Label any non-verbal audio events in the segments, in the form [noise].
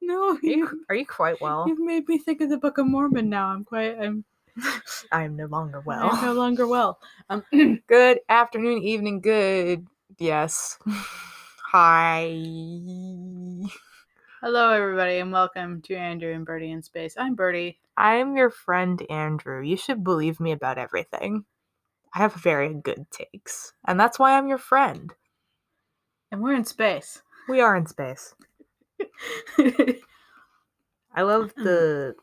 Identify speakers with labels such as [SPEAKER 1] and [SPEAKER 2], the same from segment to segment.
[SPEAKER 1] No, [laughs]
[SPEAKER 2] Are
[SPEAKER 1] you,
[SPEAKER 2] you, are you quite well?
[SPEAKER 1] you've made me think of the Book of Mormon now. I'm quite, I'm,
[SPEAKER 2] I am no longer
[SPEAKER 1] I'm no
[SPEAKER 2] well.
[SPEAKER 1] longer well. Um,
[SPEAKER 2] [laughs] Good afternoon, evening, good. Yes. [sighs] Hi.
[SPEAKER 1] [laughs] hello, everybody, and welcome to Andrew and Birdie in Space. I'm Birdie.
[SPEAKER 2] I'm your friend Andrew. You should believe me about everything. I have very good takes, and that's why I'm your friend.
[SPEAKER 1] And we're in [laughs] space.
[SPEAKER 2] We are in space. I love the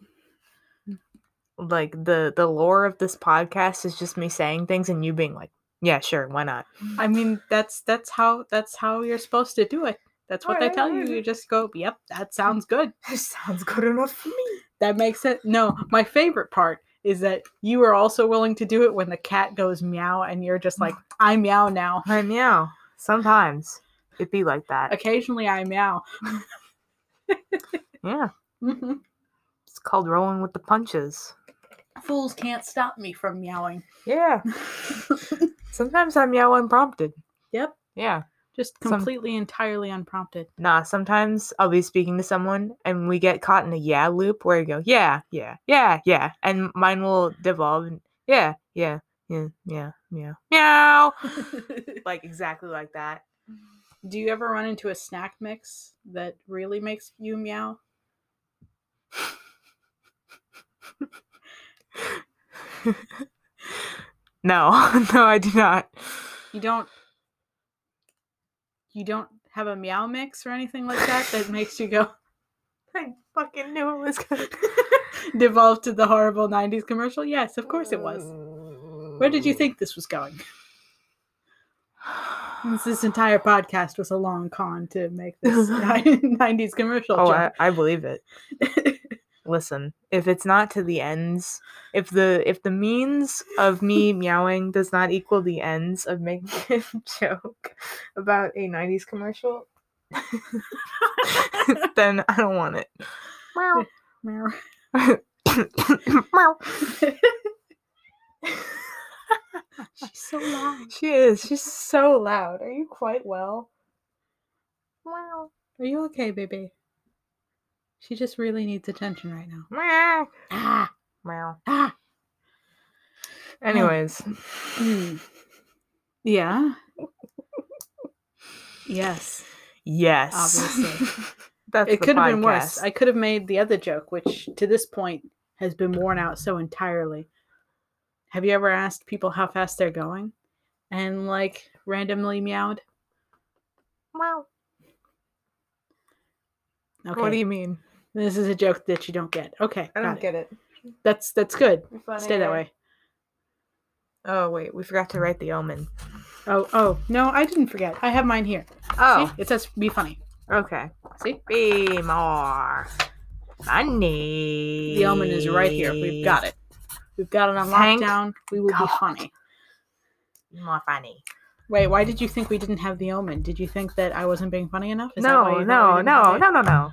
[SPEAKER 2] like the the lore of this podcast is just me saying things and you being like, yeah, sure, why not?
[SPEAKER 1] I mean, that's that's how that's how you're supposed to do it. That's what they
[SPEAKER 2] Alright,
[SPEAKER 1] tell you.
[SPEAKER 2] alright.
[SPEAKER 1] You just go, "Yep, that sounds good.
[SPEAKER 2] [laughs] Sounds good enough for me.
[SPEAKER 1] That makes sense." No, my favorite part is that you are also willing to do it when the cat goes meow and you're just [sighs] like, "I meow now."
[SPEAKER 2] I meow. Sometimes it be like that.
[SPEAKER 1] Occasionally I meow.
[SPEAKER 2] Yeah,
[SPEAKER 1] Mhm.
[SPEAKER 2] it's called rolling with the punches.
[SPEAKER 1] Fools can't stop me from meowing. [laughs]
[SPEAKER 2] Yeah. Sometimes I meow unprompted.
[SPEAKER 1] Yep.
[SPEAKER 2] Yeah.
[SPEAKER 1] Just
[SPEAKER 2] Some-
[SPEAKER 1] completely entirely
[SPEAKER 2] [laughs]
[SPEAKER 1] unprompted.
[SPEAKER 2] Nah, sometimes I'll be speaking to someone and we get caught in a yeah loop where you go, yeah, yeah, yeah, yeah. And mine will devolve and yeah, yeah, yeah, yeah, yeah, meow. Like exactly like that.
[SPEAKER 1] do you ever run into a snack mix that really makes you meow?
[SPEAKER 2] No, [laughs] no, I do not.
[SPEAKER 1] you don't you don't have a meow mix or anything like that that makes you
[SPEAKER 2] [laughs]
[SPEAKER 1] go
[SPEAKER 2] I fucking knew it was gonna.
[SPEAKER 1] devolve to the horrible 90s commercial yes of course it was where did you think this was going Since this entire podcast was a long con to make
[SPEAKER 2] [laughs]
[SPEAKER 1] this 90s commercial
[SPEAKER 2] Oh, I,
[SPEAKER 1] joke.
[SPEAKER 2] I believe it. Listen, if it's not to the ends, if the if the means of [laughs] me meowing does not equal the ends of making [laughs] a joke about a '90s commercial, [laughs] then I don't want it. Meow.
[SPEAKER 1] [laughs] Meow. [laughs]
[SPEAKER 2] Meow.
[SPEAKER 1] she's so loud
[SPEAKER 2] [laughs] she is. She's so loud. Are you quite well? Meow.
[SPEAKER 1] are you okay baby she just really needs attention right now
[SPEAKER 2] Meow.
[SPEAKER 1] ah
[SPEAKER 2] Meow.
[SPEAKER 1] ah
[SPEAKER 2] [laughs] Anyways,
[SPEAKER 1] mm. yeah yes
[SPEAKER 2] yes.
[SPEAKER 1] Obviously.
[SPEAKER 2] [laughs] That's
[SPEAKER 1] it
[SPEAKER 2] the
[SPEAKER 1] could have been worse.
[SPEAKER 2] podcast.
[SPEAKER 1] I could have made the other joke, which to this point has been worn out so entirely. Have you ever asked people how fast they're going and like randomly meowed?
[SPEAKER 2] Meow.
[SPEAKER 1] Okay,
[SPEAKER 2] What do you mean?
[SPEAKER 1] this is a joke that you don't get. Okay, got
[SPEAKER 2] I don't
[SPEAKER 1] it.
[SPEAKER 2] get eh? it.
[SPEAKER 1] That's that's good. Stay that way.
[SPEAKER 2] Oh wait, we forgot to write the omen.
[SPEAKER 1] Oh oh no, I didn't forget. I have mine here.
[SPEAKER 2] Oh,
[SPEAKER 1] See? it says be funny.
[SPEAKER 2] okay.
[SPEAKER 1] See,
[SPEAKER 2] Be more funny.
[SPEAKER 1] the omen is right here. We've got it. We've got it on
[SPEAKER 2] Thank
[SPEAKER 1] lockdown. We will be
[SPEAKER 2] God.
[SPEAKER 1] funny.
[SPEAKER 2] More funny.
[SPEAKER 1] Wait, why did you think we didn't have the omen? Did you think that I wasn't being funny enough? Is that why
[SPEAKER 2] no,
[SPEAKER 1] you thought we
[SPEAKER 2] no,
[SPEAKER 1] didn't have
[SPEAKER 2] no,
[SPEAKER 1] it?
[SPEAKER 2] no, no, no.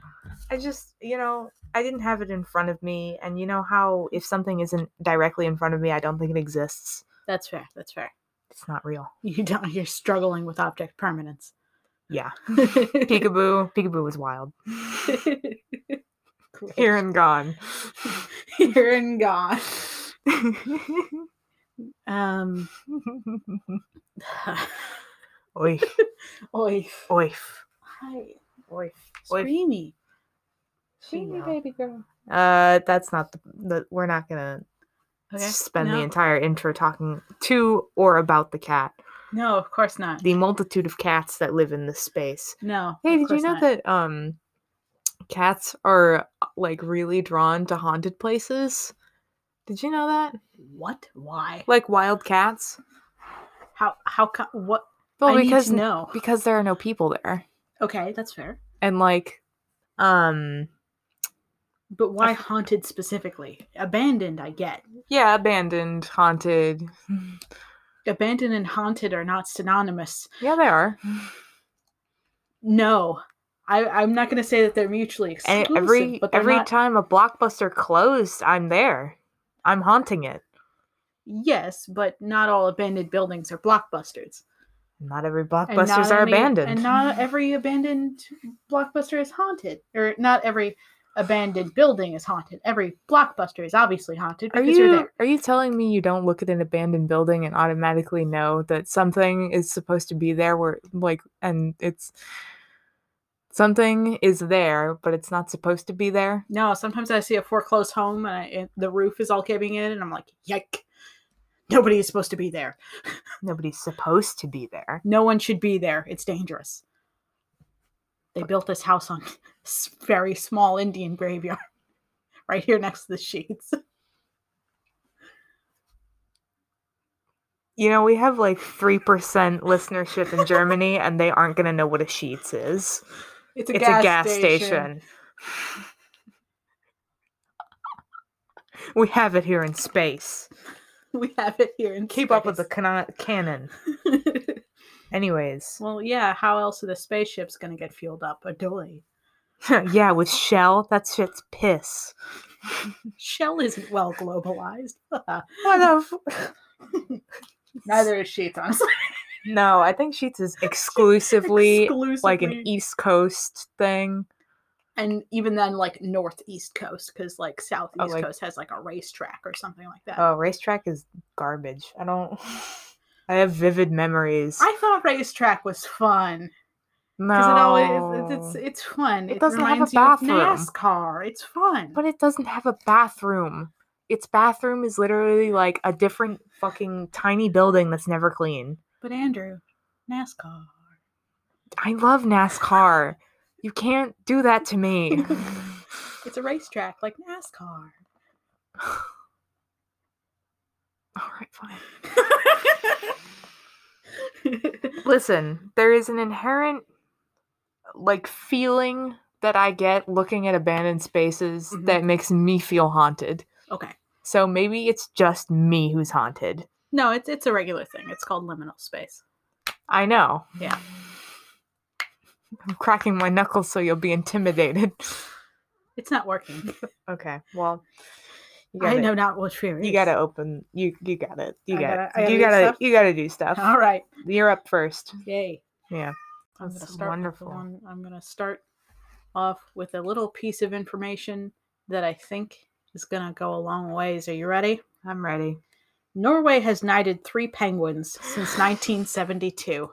[SPEAKER 2] I just, you know, I didn't have it in front of me, and you know how if something isn't directly in front of me, I don't think it exists.
[SPEAKER 1] That's fair. That's fair.
[SPEAKER 2] It's not real.
[SPEAKER 1] You don't. You're struggling with object
[SPEAKER 2] [laughs]
[SPEAKER 1] permanence.
[SPEAKER 2] Yeah. Peekaboo. Peekaboo was wild.
[SPEAKER 1] Great.
[SPEAKER 2] [laughs] Here and [laughs] gone.
[SPEAKER 1] [laughs] Here and gone. Um. [sighs]
[SPEAKER 2] Oif.
[SPEAKER 1] Oi.
[SPEAKER 2] Oif.
[SPEAKER 1] Hi.
[SPEAKER 2] Oif. Oi.
[SPEAKER 1] Screamy. Screamy
[SPEAKER 2] Female.
[SPEAKER 1] baby girl.
[SPEAKER 2] Uh, that's not the, the we're not gonna spend
[SPEAKER 1] no.
[SPEAKER 2] the entire intro talking to or about the cat,
[SPEAKER 1] No, of course not.
[SPEAKER 2] the multitude of cats that live in this space.
[SPEAKER 1] No.
[SPEAKER 2] Hey,
[SPEAKER 1] of
[SPEAKER 2] did you
[SPEAKER 1] course
[SPEAKER 2] know
[SPEAKER 1] not.
[SPEAKER 2] that um, cats are uh, like really drawn to haunted places? Did you know that?
[SPEAKER 1] What? Why?
[SPEAKER 2] Like wild cats?
[SPEAKER 1] How? How? Co- what?
[SPEAKER 2] Well,
[SPEAKER 1] I
[SPEAKER 2] because
[SPEAKER 1] need to know.
[SPEAKER 2] because there are no people there,
[SPEAKER 1] Okay, that's fair.
[SPEAKER 2] and like, um,
[SPEAKER 1] But why haunted specifically? Abandoned, I get.
[SPEAKER 2] yeah,
[SPEAKER 1] [sighs]
[SPEAKER 2] abandoned, haunted.
[SPEAKER 1] Abandoned and haunted are not synonymous.
[SPEAKER 2] Yeah, they are.
[SPEAKER 1] No, I, I'm not going to say that they're mutually
[SPEAKER 2] And
[SPEAKER 1] exclusive.
[SPEAKER 2] every
[SPEAKER 1] but they're
[SPEAKER 2] every
[SPEAKER 1] not-
[SPEAKER 2] time a blockbuster closed, I'm there. I'm haunting it.
[SPEAKER 1] yes, but not all abandoned buildings are blockbusters.
[SPEAKER 2] Not every
[SPEAKER 1] And
[SPEAKER 2] blockbusters
[SPEAKER 1] not
[SPEAKER 2] are
[SPEAKER 1] any-
[SPEAKER 2] abandoned.
[SPEAKER 1] And not every abandoned blockbuster is haunted. Or not every abandoned building is haunted. Every blockbuster is obviously haunted
[SPEAKER 2] are
[SPEAKER 1] because you... are
[SPEAKER 2] you
[SPEAKER 1] there.
[SPEAKER 2] are you telling me you don't look at an abandoned building and automatically know that something is supposed to be there where like and it's something is there but it's not supposed to be there?
[SPEAKER 1] No, sometimes I see a foreclosed home and, I, and the roof is all caving in, and I'm like, yike. Nobody is supposed to be there.
[SPEAKER 2] Nobody's supposed to be there.
[SPEAKER 1] No one should be there. It's dangerous. They built this house on [laughs] s- very small Indian graveyard [laughs] right here next to the sheets.
[SPEAKER 2] You know, we have like 3% listenership in Germany and they aren't going to know what a sheets is.
[SPEAKER 1] It's
[SPEAKER 2] it's a gas station. we have it here in space.
[SPEAKER 1] [laughs] We have it here and
[SPEAKER 2] Keep up with the cano- cannon. Anyways,
[SPEAKER 1] [laughs] well, yeah. How else are the spaceships going to get fueled up? A doily.
[SPEAKER 2] [laughs] yeah, with Shell, that shit's piss.
[SPEAKER 1] Shell isn't well globalized.
[SPEAKER 2] What the f-
[SPEAKER 1] Neither is sheets, honestly.
[SPEAKER 2] [laughs] no, I think Sheets is exclusively, like
[SPEAKER 1] [laughs]
[SPEAKER 2] an
[SPEAKER 1] Exclusively-
[SPEAKER 2] East Coast thing.
[SPEAKER 1] and even then, like northeast coast, because like southeast
[SPEAKER 2] Oh, like-
[SPEAKER 1] coast has like a racetrack or something like that.
[SPEAKER 2] Oh, racetrack is garbage. I don't. [laughs] I have vivid memories.
[SPEAKER 1] I thought racetrack was fun
[SPEAKER 2] no,
[SPEAKER 1] because it always it's, it's it's fun.
[SPEAKER 2] It doesn't have a
[SPEAKER 1] reminds you of
[SPEAKER 2] bathroom.
[SPEAKER 1] NASCAR. It's fun.
[SPEAKER 2] But it doesn't have a bathroom. Its bathroom is literally like a different fucking tiny building that's never clean.
[SPEAKER 1] but Andrew, NASCAR.
[SPEAKER 2] I love NASCAR. You can't do that
[SPEAKER 1] [laughs]
[SPEAKER 2] to me.
[SPEAKER 1] It's a racetrack like NASCAR. [laughs]
[SPEAKER 2] All right, fine. Listen, there is an inherent like feeling that I get looking at abandoned spaces
[SPEAKER 1] Mhm.
[SPEAKER 2] that makes me feel haunted.
[SPEAKER 1] okay.
[SPEAKER 2] So maybe it's just me who's haunted.
[SPEAKER 1] No, it's it's a regular thing. It's called liminal space.
[SPEAKER 2] I know.
[SPEAKER 1] Yeah.
[SPEAKER 2] I'm cracking my knuckles so you'll be intimidated. [laughs]
[SPEAKER 1] It's not working.
[SPEAKER 2] Okay. Well, you
[SPEAKER 1] I
[SPEAKER 2] gotta,
[SPEAKER 1] know not what fear is.
[SPEAKER 2] you gotta open. You you got it. You
[SPEAKER 1] I
[SPEAKER 2] got
[SPEAKER 1] gotta-
[SPEAKER 2] it.
[SPEAKER 1] I gotta
[SPEAKER 2] you
[SPEAKER 1] do
[SPEAKER 2] gotta
[SPEAKER 1] stuff?
[SPEAKER 2] you gotta do stuff.
[SPEAKER 1] All right.
[SPEAKER 2] You're up first.
[SPEAKER 1] Yay.
[SPEAKER 2] Yeah.
[SPEAKER 1] I'm gonna
[SPEAKER 2] That's
[SPEAKER 1] start
[SPEAKER 2] wonderful.
[SPEAKER 1] With the one, I'm gonna start off with a little piece of information that I think is gonna go a long ways. Are you ready?
[SPEAKER 2] I'm ready.
[SPEAKER 1] Norway has knighted three penguins since
[SPEAKER 2] [laughs]
[SPEAKER 1] 1972.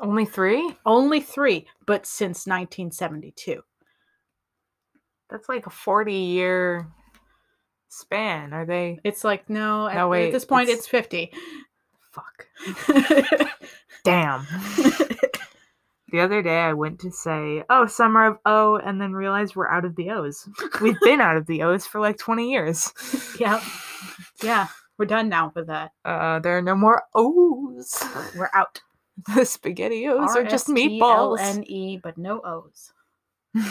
[SPEAKER 2] Only three?
[SPEAKER 1] Only three, but since 1972.
[SPEAKER 2] That's like a 40 year span. Are they?
[SPEAKER 1] It's like no. At,
[SPEAKER 2] No,
[SPEAKER 1] at
[SPEAKER 2] wait,
[SPEAKER 1] this point,
[SPEAKER 2] it's-
[SPEAKER 1] it's, [laughs] 50.
[SPEAKER 2] Fuck. [laughs] Damn. the other day I went to say, oh, summer of O, and then realized we're out of the O's. [laughs] We've been out of the O's for like 20 years.
[SPEAKER 1] Yep. yeah, we're done now with that.
[SPEAKER 2] Uh, there are no more O's. [laughs]
[SPEAKER 1] We're out.
[SPEAKER 2] The SpaghettiOs are just meatballs.
[SPEAKER 1] N E, but no O's.
[SPEAKER 2] [laughs]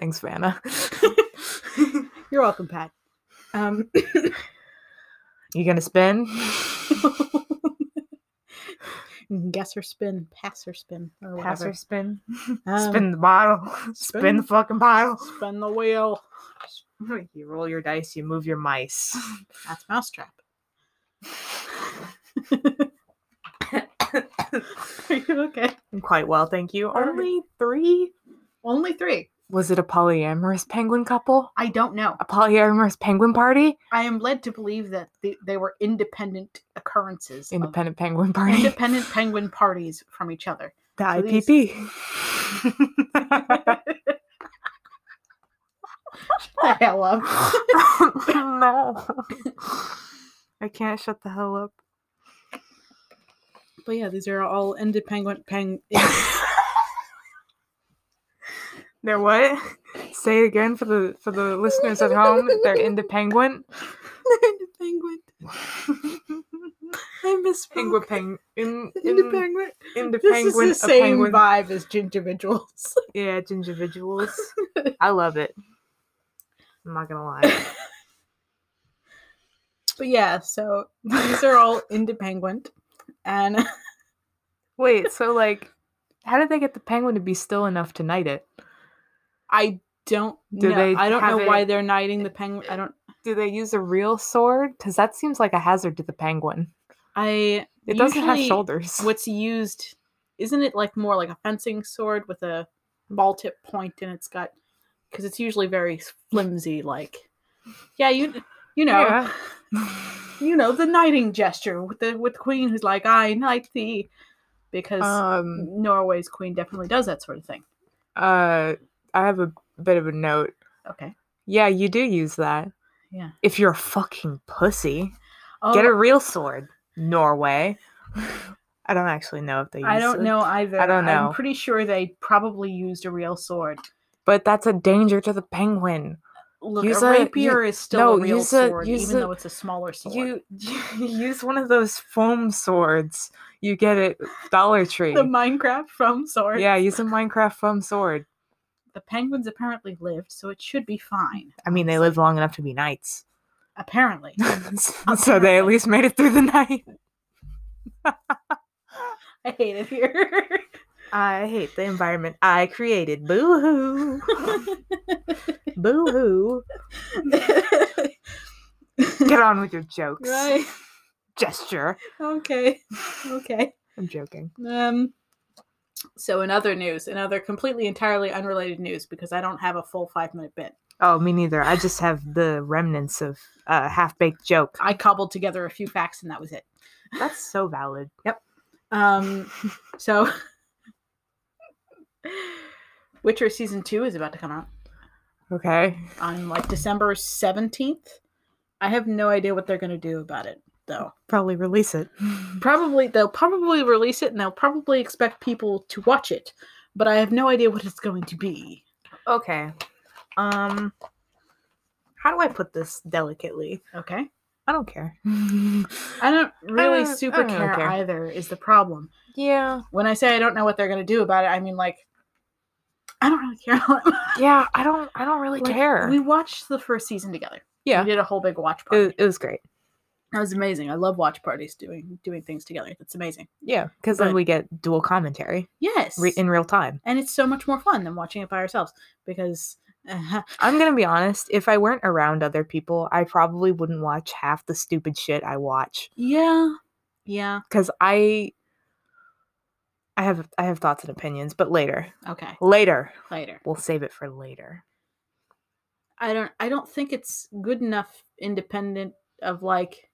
[SPEAKER 2] Thanks, Vanna.
[SPEAKER 1] You're welcome, Pat. Um,
[SPEAKER 2] You gonna spin?
[SPEAKER 1] [laughs] guess or spin, pass or spin, or
[SPEAKER 2] Pass
[SPEAKER 1] whatever.
[SPEAKER 2] or spin?
[SPEAKER 1] Um,
[SPEAKER 2] spin the bottle. [laughs] Spin, the
[SPEAKER 1] spin.
[SPEAKER 2] fucking bottle.
[SPEAKER 1] spin the wheel.
[SPEAKER 2] [laughs] You roll your dice, you move your [laughs] mice.
[SPEAKER 1] That's [laughs] mousetrap. Are you okay?
[SPEAKER 2] I'm quite well, thank you.
[SPEAKER 1] right.
[SPEAKER 2] Only three?
[SPEAKER 1] Only three.
[SPEAKER 2] Was it a polyamorous penguin couple?
[SPEAKER 1] I don't know.
[SPEAKER 2] A polyamorous penguin party?
[SPEAKER 1] I am led to believe that the, they were independent occurrences, of
[SPEAKER 2] Independent penguin party.
[SPEAKER 1] independent penguin parties from each other.
[SPEAKER 2] [laughs] the
[SPEAKER 1] so these- [laughs]
[SPEAKER 2] IPP.
[SPEAKER 1] The hell up.
[SPEAKER 2] [laughs] no. I can't shut the hell up.
[SPEAKER 1] But yeah, these are all [laughs] independent
[SPEAKER 2] [laughs]
[SPEAKER 1] penguin.
[SPEAKER 2] They're what? Say it again for the for the listeners at home. They're independent.
[SPEAKER 1] independent. I miss
[SPEAKER 2] Penguin peng in, in
[SPEAKER 1] Independent. This
[SPEAKER 2] independent
[SPEAKER 1] is the same vibe as individuals.
[SPEAKER 2] Yeah, it's individuals. I love it. I'm not gonna lie.
[SPEAKER 1] [laughs] But yeah, so these are all independent, and [laughs]
[SPEAKER 2] Wait, so like, how did they get the penguin to be still enough to knight it?
[SPEAKER 1] I don't
[SPEAKER 2] Do
[SPEAKER 1] know.
[SPEAKER 2] they
[SPEAKER 1] I don't know
[SPEAKER 2] have
[SPEAKER 1] why
[SPEAKER 2] it-
[SPEAKER 1] they're knighting the penguin. I don't.
[SPEAKER 2] Do they use a real sword? Because that seems like a hazard to the penguin.
[SPEAKER 1] I
[SPEAKER 2] It doesn't have
[SPEAKER 1] usually
[SPEAKER 2] shoulders.
[SPEAKER 1] What's used isn't it like more like a fencing sword with a ball tip point and it's got because it's usually very flimsy like yeah you you know
[SPEAKER 2] [laughs] Yeah.
[SPEAKER 1] you know the knighting gesture with the with the queen who's like I knight thee because
[SPEAKER 2] um.
[SPEAKER 1] Norway's queen definitely does that sort of thing.
[SPEAKER 2] Uh. I have a bit of a note.
[SPEAKER 1] Okay.
[SPEAKER 2] Yeah, you do use that.
[SPEAKER 1] Yeah.
[SPEAKER 2] If you're a fucking pussy,
[SPEAKER 1] Oh,
[SPEAKER 2] get a real sword, Norway. I don't actually know if they. Use
[SPEAKER 1] I don't
[SPEAKER 2] it,
[SPEAKER 1] know either.
[SPEAKER 2] I don't know.
[SPEAKER 1] I'm pretty sure they probably used a real sword.
[SPEAKER 2] But that's a danger to the penguin.
[SPEAKER 1] Look,
[SPEAKER 2] Use
[SPEAKER 1] a
[SPEAKER 2] a-
[SPEAKER 1] rapier is still
[SPEAKER 2] no,
[SPEAKER 1] a real
[SPEAKER 2] use a-
[SPEAKER 1] sword,
[SPEAKER 2] use
[SPEAKER 1] even
[SPEAKER 2] a-
[SPEAKER 1] though it's a smaller sword.
[SPEAKER 2] You, [laughs] you use one of those foam swords you get at Dollar Tree.
[SPEAKER 1] the Minecraft from sword.
[SPEAKER 2] yeah, use a Minecraft foam sword.
[SPEAKER 1] The penguins apparently lived, so it should be fine.
[SPEAKER 2] I mean, they lived long enough to be [laughs] knights,
[SPEAKER 1] Apparently. [laughs]
[SPEAKER 2] so they at
[SPEAKER 1] Apparently.
[SPEAKER 2] least made it through the night.
[SPEAKER 1] I hate it here. [laughs]
[SPEAKER 2] I hate the environment I created. Boo [laughs] hoo. Boo hoo. Get on with your jokes.
[SPEAKER 1] right.
[SPEAKER 2] Gesture.
[SPEAKER 1] Okay. Okay.
[SPEAKER 2] I'm joking.
[SPEAKER 1] Um so in other news, in other completely entirely unrelated news, because I don't have a full five minute bit.
[SPEAKER 2] Oh, me neither. I just have the remnants of a half baked joke.
[SPEAKER 1] I cobbled together a few facts and that was it.
[SPEAKER 2] That's so valid. Yep.
[SPEAKER 1] Um, so [laughs] Witcher season two is about to come out
[SPEAKER 2] Okay.
[SPEAKER 1] on like December seventeenth. I have no idea what they're gonna do about it though.
[SPEAKER 2] Probably release it.
[SPEAKER 1] Probably they'll probably release it and they'll probably expect people to watch it, but I have no idea what it's going to be.
[SPEAKER 2] Okay. Um how do I put this delicately?
[SPEAKER 1] Okay,
[SPEAKER 2] I don't [laughs] care.
[SPEAKER 1] I don't really
[SPEAKER 2] don't- Uh, I
[SPEAKER 1] super
[SPEAKER 2] don't really
[SPEAKER 1] care,
[SPEAKER 2] care.
[SPEAKER 1] either. Is the problem
[SPEAKER 2] yeah.
[SPEAKER 1] when I say I don't know what they're gonna do about it? I mean like I don't really care. [laughs]
[SPEAKER 2] Yeah, I don't I don't really
[SPEAKER 1] Like,
[SPEAKER 2] care.
[SPEAKER 1] We watched the first season together.
[SPEAKER 2] yeah.
[SPEAKER 1] We did a whole big watch party.
[SPEAKER 2] It, it was great.
[SPEAKER 1] That was amazing. I love watch parties doing doing things together. That's amazing.
[SPEAKER 2] Yeah, because
[SPEAKER 1] But-
[SPEAKER 2] then we get dual commentary
[SPEAKER 1] Yes.
[SPEAKER 2] re- in real time.
[SPEAKER 1] and it's so much more fun than watching it by ourselves because uh,
[SPEAKER 2] I'm gonna be honest. If I weren't around other people, I probably wouldn't watch half the stupid shit I watch
[SPEAKER 1] yeah. Yeah.
[SPEAKER 2] because I, I have I have thoughts and opinions, but later,
[SPEAKER 1] Okay.
[SPEAKER 2] later,
[SPEAKER 1] Later.
[SPEAKER 2] we'll save it for later.
[SPEAKER 1] I don't I don't think it's good enough independent of like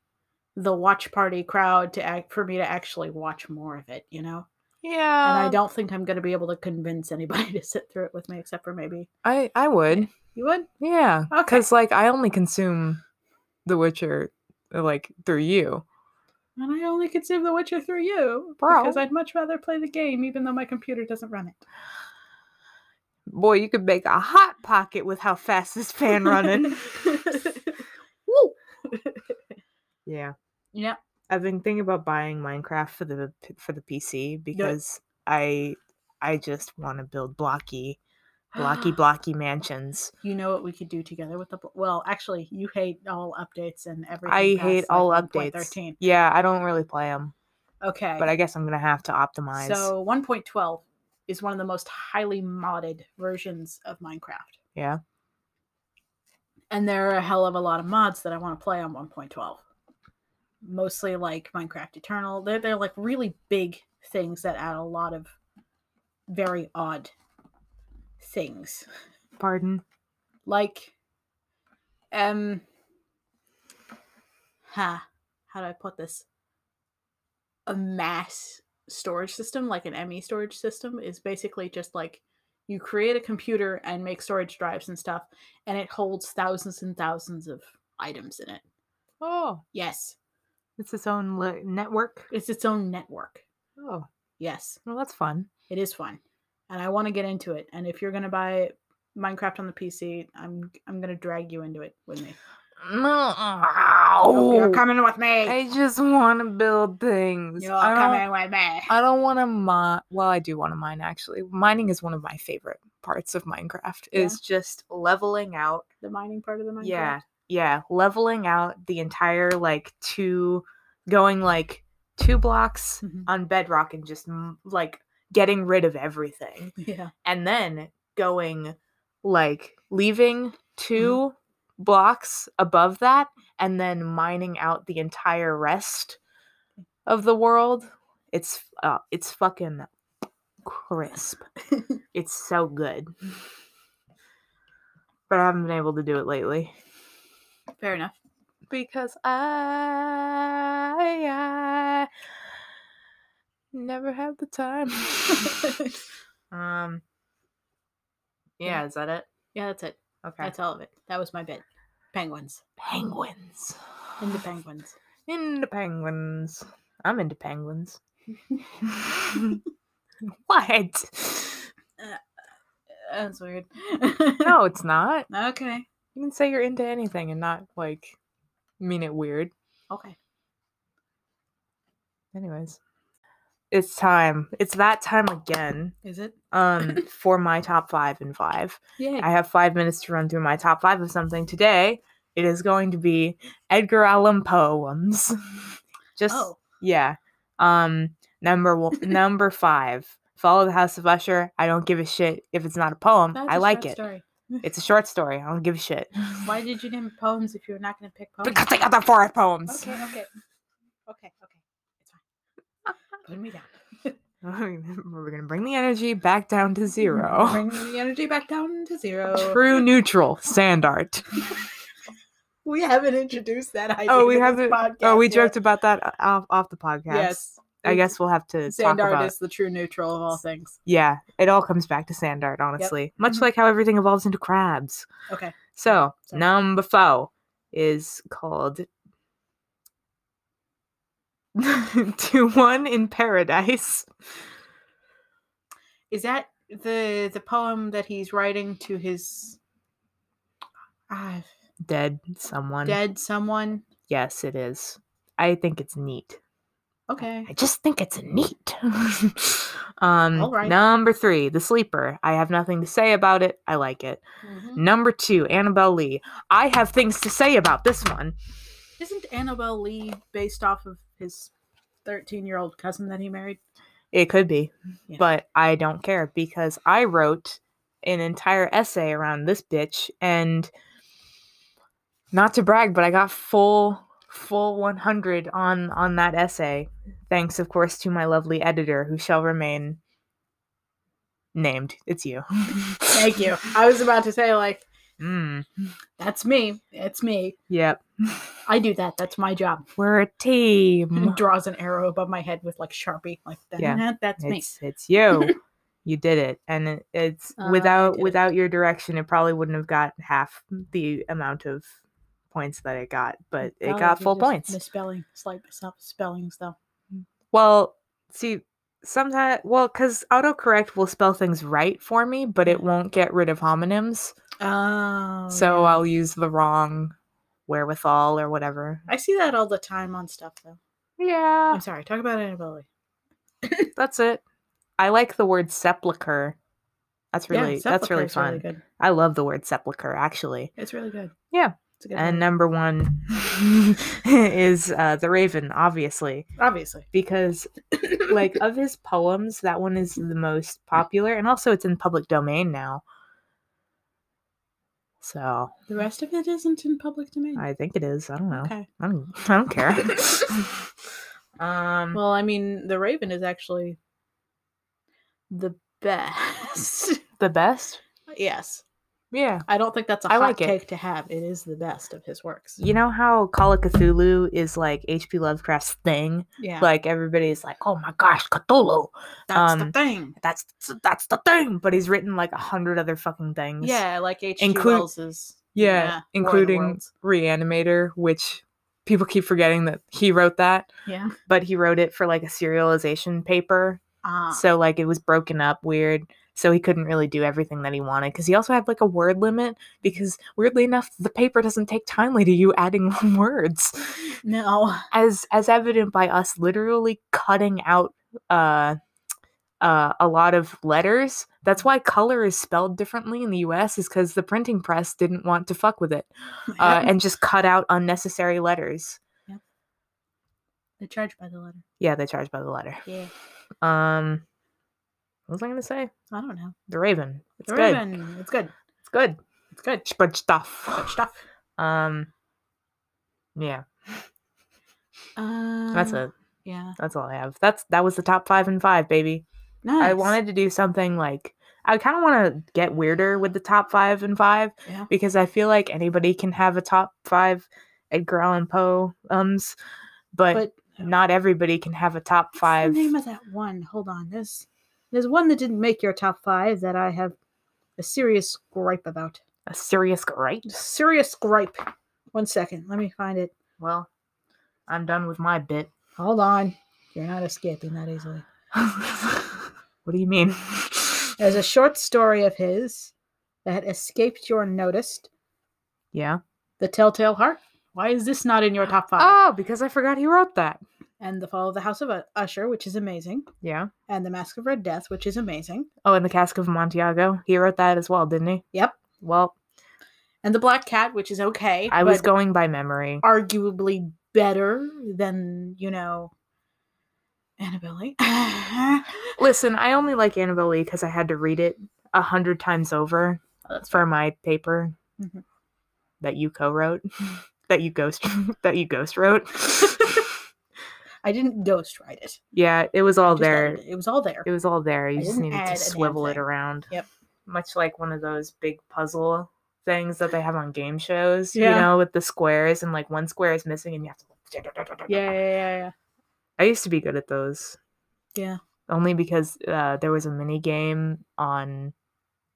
[SPEAKER 1] the watch party crowd to act for me to actually watch more of it, you know?
[SPEAKER 2] Yeah,
[SPEAKER 1] and I don't think I'm going to be able to convince anybody [laughs] to sit through it with me except for maybe
[SPEAKER 2] I I would.
[SPEAKER 1] you would?
[SPEAKER 2] Yeah,
[SPEAKER 1] Okay.
[SPEAKER 2] because like I only consume The Witcher uh, like through you.
[SPEAKER 1] And I only could save The Witcher through you because
[SPEAKER 2] Bro.
[SPEAKER 1] I'd much rather play the game even though my computer doesn't run it.
[SPEAKER 2] Boy, you could make a hot pocket with how fast [laughs] this fan running.
[SPEAKER 1] [laughs] Woo!
[SPEAKER 2] yeah.
[SPEAKER 1] Yeah.
[SPEAKER 2] I've been thinking about buying Minecraft for the p- for the PC because I I just want to build blocky [gasps] blocky blocky mansions.
[SPEAKER 1] [gasps] You know what we could do together with the bl- well, actually, you hate all updates and everything.
[SPEAKER 2] I
[SPEAKER 1] past,
[SPEAKER 2] hate
[SPEAKER 1] like,
[SPEAKER 2] all
[SPEAKER 1] 1.13.
[SPEAKER 2] updates. Yeah, I don't really play them,
[SPEAKER 1] Okay,
[SPEAKER 2] but I guess I'm gonna have to optimize.
[SPEAKER 1] so 1.12 is one of the most highly modded versions of Minecraft,
[SPEAKER 2] yeah.
[SPEAKER 1] and there are a hell of a lot of mods that I want to play on 1.12. Mostly like Minecraft Eternal. They're they're like really big things that add a lot of very odd things.
[SPEAKER 2] Pardon.
[SPEAKER 1] like um huh how do i put this a mass storage system like an me storage system is basically just like you create a computer and make storage drives and stuff and it holds thousands and thousands of items in it
[SPEAKER 2] Oh,
[SPEAKER 1] yes
[SPEAKER 2] it's its own li- network.
[SPEAKER 1] it's its own network
[SPEAKER 2] Oh,
[SPEAKER 1] yes
[SPEAKER 2] well, that's fun.
[SPEAKER 1] it is fun and i want to get into it and if you're going to buy minecraft on the pc i'm i'm going to drag you into it with me Nope,
[SPEAKER 2] No,
[SPEAKER 1] you're coming with me
[SPEAKER 2] I just want to build things.
[SPEAKER 1] You're
[SPEAKER 2] I don't-
[SPEAKER 1] coming with me.
[SPEAKER 2] I don't want to mine. Well, I do want to mine actually. Mining is one of my favorite parts of Minecraft.
[SPEAKER 1] Yeah.
[SPEAKER 2] Is just leveling out.
[SPEAKER 1] the mining part of the Minecraft.
[SPEAKER 2] Yeah, yeah, leveling out the entire like two, going like two blocks [laughs]
[SPEAKER 1] Mhm.
[SPEAKER 2] on bedrock and just m- like getting rid of everything,
[SPEAKER 1] Yeah.
[SPEAKER 2] and then going like leaving 2 blocks above that, and then mining out the entire rest of the world, it's uh, it's fucking [laughs] crisp. it's so good. But I haven't been able to do it lately
[SPEAKER 1] Fair enough. [laughs]
[SPEAKER 2] [laughs] because I, I never had the time. [laughs] um
[SPEAKER 1] Yeah.
[SPEAKER 2] Yeah, is that it?
[SPEAKER 1] yeah, that's it.
[SPEAKER 2] Okay.
[SPEAKER 1] That's all of it. That was my bit. Penguins.
[SPEAKER 2] penguins.
[SPEAKER 1] Into penguins.
[SPEAKER 2] [laughs] Into penguins. I'm into penguins. what?
[SPEAKER 1] That's weird.
[SPEAKER 2] No, it's not. [laughs]
[SPEAKER 1] Okay.
[SPEAKER 2] You can say you're into anything and not like mean it weird.
[SPEAKER 1] Okay.
[SPEAKER 2] Anyways, it's time. It's that time again.
[SPEAKER 1] Is it?
[SPEAKER 2] Um, for my top five and five.
[SPEAKER 1] Yay.
[SPEAKER 2] I have five minutes to run through my top five of something today. It is going to be Edgar Allan Poe poems. [laughs] Just
[SPEAKER 1] oh.
[SPEAKER 2] Yeah. Um number
[SPEAKER 1] [laughs]
[SPEAKER 2] one, number 5. Follow the House of Usher. I don't give a shit if it's not a poem.
[SPEAKER 1] that's
[SPEAKER 2] I
[SPEAKER 1] a
[SPEAKER 2] like
[SPEAKER 1] short
[SPEAKER 2] it.
[SPEAKER 1] Story.
[SPEAKER 2] It's a short story. I don't give a shit.
[SPEAKER 1] [laughs] Why did you name it poems if you were not going to pick poems?
[SPEAKER 2] [laughs] Because I got the four poems.
[SPEAKER 1] Okay, okay. Okay, okay. It's fine.
[SPEAKER 2] [laughs]
[SPEAKER 1] Put me down.
[SPEAKER 2] We're going to bring the energy back down to zero.
[SPEAKER 1] [laughs]
[SPEAKER 2] [laughs]
[SPEAKER 1] Bring the energy back down to zero.
[SPEAKER 2] True neutral
[SPEAKER 1] [laughs]
[SPEAKER 2] sand art.
[SPEAKER 1] We haven't introduced that idea.
[SPEAKER 2] Oh, we
[SPEAKER 1] to this
[SPEAKER 2] haven't- Oh,
[SPEAKER 1] podcast
[SPEAKER 2] we
[SPEAKER 1] yet.
[SPEAKER 2] joked about that uh, off off the podcast.
[SPEAKER 1] Yes.
[SPEAKER 2] I guess we'll have to
[SPEAKER 1] Sand
[SPEAKER 2] talk
[SPEAKER 1] art
[SPEAKER 2] about.
[SPEAKER 1] is the true neutral of all things.
[SPEAKER 2] Yeah, it all comes back to sand art, honestly. Much
[SPEAKER 1] Mhm.
[SPEAKER 2] like how everything evolves into crabs.
[SPEAKER 1] Okay.
[SPEAKER 2] So
[SPEAKER 1] Sorry.
[SPEAKER 2] number four is called [laughs] To One in Paradise.
[SPEAKER 1] Is that the the poem that he's writing to his ah,
[SPEAKER 2] Dead someone.
[SPEAKER 1] dead someone?
[SPEAKER 2] Yes, it is. I think it's neat.
[SPEAKER 1] Okay.
[SPEAKER 2] I just think it's neat. [laughs] um
[SPEAKER 1] All right.
[SPEAKER 2] number three, The Sleeper. I have nothing to say about it. I like it.
[SPEAKER 1] Mhm.
[SPEAKER 2] Number two, Annabelle Lee. I have things to say about this one.
[SPEAKER 1] Isn't Annabelle Lee based off of his thirteen year old cousin that he married?
[SPEAKER 2] It could be,
[SPEAKER 1] Yeah.
[SPEAKER 2] but I don't care because I wrote an entire essay around this bitch and not to brag, but I got full full 100 on on that essay. Thanks of course to my lovely editor who shall remain named. It's you.
[SPEAKER 1] Thank [laughs] you. I was about to say like
[SPEAKER 2] Mm,
[SPEAKER 1] that's me. It's me.
[SPEAKER 2] yep.
[SPEAKER 1] I do that. That's my
[SPEAKER 2] [laughs]
[SPEAKER 1] job.
[SPEAKER 2] We're a team.
[SPEAKER 1] Draws an arrow above my head with like Sharpie. Like that.
[SPEAKER 2] Yeah.
[SPEAKER 1] That's me.
[SPEAKER 2] it's
[SPEAKER 1] [laughs]
[SPEAKER 2] it's you you did it and it, it's
[SPEAKER 1] Uh, I
[SPEAKER 2] without
[SPEAKER 1] did it.
[SPEAKER 2] without your direction it probably wouldn't have got half the amount of points that it got but uh, it
[SPEAKER 1] Probably
[SPEAKER 2] got full
[SPEAKER 1] just
[SPEAKER 2] points
[SPEAKER 1] Misspelling, slight mis- spellings though.
[SPEAKER 2] well see sometimes well because autocorrect will spell things right for me but it won't get rid of homonyms
[SPEAKER 1] Oh.
[SPEAKER 2] so uh,
[SPEAKER 1] yeah.
[SPEAKER 2] i'll use the wrong wherewithal or whatever
[SPEAKER 1] I see that all the time on stuff though.
[SPEAKER 2] yeah
[SPEAKER 1] I'm sorry. Talk about inability.
[SPEAKER 2] [laughs] that's it i like the word sepulcher that's really that's really fun
[SPEAKER 1] good.
[SPEAKER 2] i love the word sepulcher actually
[SPEAKER 1] It's really good.
[SPEAKER 2] Yeah.
[SPEAKER 1] It's a good
[SPEAKER 2] And
[SPEAKER 1] one.
[SPEAKER 2] number one [laughs] is uh, The Raven, obviously,
[SPEAKER 1] obviously.
[SPEAKER 2] because like of his poems, that one is the most popular, and also it's in public domain now. So
[SPEAKER 1] the rest of it isn't in public domain.
[SPEAKER 2] I think it is. I don't know. [laughs]
[SPEAKER 1] okay. [laughs]
[SPEAKER 2] I, don't, I don't care. um,
[SPEAKER 1] Well, I mean, the Raven is actually the best. [laughs]
[SPEAKER 2] the best.
[SPEAKER 1] yes.
[SPEAKER 2] Yeah.
[SPEAKER 1] I don't think that's a
[SPEAKER 2] I
[SPEAKER 1] hot
[SPEAKER 2] like it.
[SPEAKER 1] take to have. It is the best of his works.
[SPEAKER 2] You know how Call of Cthulhu is like H.P. Lovecraft's thing?
[SPEAKER 1] Yeah.
[SPEAKER 2] Like everybody's like, "Oh my gosh, Cthulhu!
[SPEAKER 1] that's the
[SPEAKER 2] um,
[SPEAKER 1] thing.
[SPEAKER 2] That's that's the thing." But he's written like a hundred other fucking things.
[SPEAKER 1] Yeah, like H. G.
[SPEAKER 2] Inclu-
[SPEAKER 1] Wells's.
[SPEAKER 2] Yeah,
[SPEAKER 1] War of the
[SPEAKER 2] including
[SPEAKER 1] Worlds.
[SPEAKER 2] Reanimator, which people keep forgetting that he wrote that,
[SPEAKER 1] Yeah.
[SPEAKER 2] but he wrote it for like a serialization paper.
[SPEAKER 1] Ah. [laughs]
[SPEAKER 2] So like it was broken up weird. So he couldn't really do everything that he wanted because he also had like a word limit because weirdly enough the paper doesn't take timely to you adding [laughs] words
[SPEAKER 1] no.
[SPEAKER 2] as as evident by us literally cutting out uh uh, a lot of letters. That's why color is spelled differently in the U.S. is because the printing press didn't want to fuck with it
[SPEAKER 1] [laughs]
[SPEAKER 2] uh, and just cut out unnecessary letters.
[SPEAKER 1] they charge by the letter.
[SPEAKER 2] Yeah, they charge by the letter.
[SPEAKER 1] Yeah.
[SPEAKER 2] Um, what was I gonna say?
[SPEAKER 1] I don't know.
[SPEAKER 2] The Raven. It's
[SPEAKER 1] The
[SPEAKER 2] good.
[SPEAKER 1] Raven. It's good.
[SPEAKER 2] It's good.
[SPEAKER 1] It's good.
[SPEAKER 2] It's good
[SPEAKER 1] Good
[SPEAKER 2] stuff.
[SPEAKER 1] stuff.
[SPEAKER 2] Um, yeah,
[SPEAKER 1] Um, Mm.
[SPEAKER 2] that's it.
[SPEAKER 1] Yeah.
[SPEAKER 2] That's all I have. That's that was the top five and five, baby.
[SPEAKER 1] Nice.
[SPEAKER 2] I wanted to do something like I kind of want to get weirder with the top five and five
[SPEAKER 1] Yeah.
[SPEAKER 2] because I feel like anybody can have a top five Edgar Allan Poe ums, but,
[SPEAKER 1] but
[SPEAKER 2] not everybody can have a top
[SPEAKER 1] what's
[SPEAKER 2] five.
[SPEAKER 1] the name of that one? Hold on. There's there's one that didn't make your top five that I have a serious gripe about.
[SPEAKER 2] a serious right?
[SPEAKER 1] Serious gripe. One second. Let me find it.
[SPEAKER 2] Well, I'm done with my bit. [laughs]
[SPEAKER 1] Hold on. You're not escaping that easily.
[SPEAKER 2] what do you mean? [laughs]
[SPEAKER 1] There's a short story of his that escaped your notice.
[SPEAKER 2] yeah.
[SPEAKER 1] The Telltale Heart. Why is this not in your top five?
[SPEAKER 2] Oh, because I forgot he wrote that.
[SPEAKER 1] and The Fall of the House of U- Usher, which is amazing.
[SPEAKER 2] Yeah.
[SPEAKER 1] And The Mask of Red Death, which is amazing.
[SPEAKER 2] Oh, and the Cask of Montiago. He wrote that as well, didn't he?
[SPEAKER 1] Yep.
[SPEAKER 2] Well,
[SPEAKER 1] And The Black Cat, which is okay.
[SPEAKER 2] I was
[SPEAKER 1] but
[SPEAKER 2] going by memory.
[SPEAKER 1] arguably better than, you know, [laughs] Annabelle. That's
[SPEAKER 2] Listen, I only like Annabelle Lee because I had to read it a hundred times over for my paper
[SPEAKER 1] Mhm.
[SPEAKER 2] that you co-wrote, [laughs] that you ghost, [laughs] that you ghost wrote. [laughs]
[SPEAKER 1] I didn't ghostwrite it.
[SPEAKER 2] yeah, it was
[SPEAKER 1] I
[SPEAKER 2] all
[SPEAKER 1] just
[SPEAKER 2] there.
[SPEAKER 1] edited It It was all there.
[SPEAKER 2] It was all there. You
[SPEAKER 1] I
[SPEAKER 2] just
[SPEAKER 1] didn't
[SPEAKER 2] needed
[SPEAKER 1] add a
[SPEAKER 2] to
[SPEAKER 1] damn
[SPEAKER 2] swivel it
[SPEAKER 1] thing.
[SPEAKER 2] around.
[SPEAKER 1] Yep.
[SPEAKER 2] Much like one of those big puzzle things that they have on game shows, you
[SPEAKER 1] Yeah.
[SPEAKER 2] know, with the squares and like one square is missing and you have to.
[SPEAKER 1] Yeah, yeah, yeah, yeah.
[SPEAKER 2] I used to be good at those.
[SPEAKER 1] Yeah.
[SPEAKER 2] Only because uh, there was a mini game on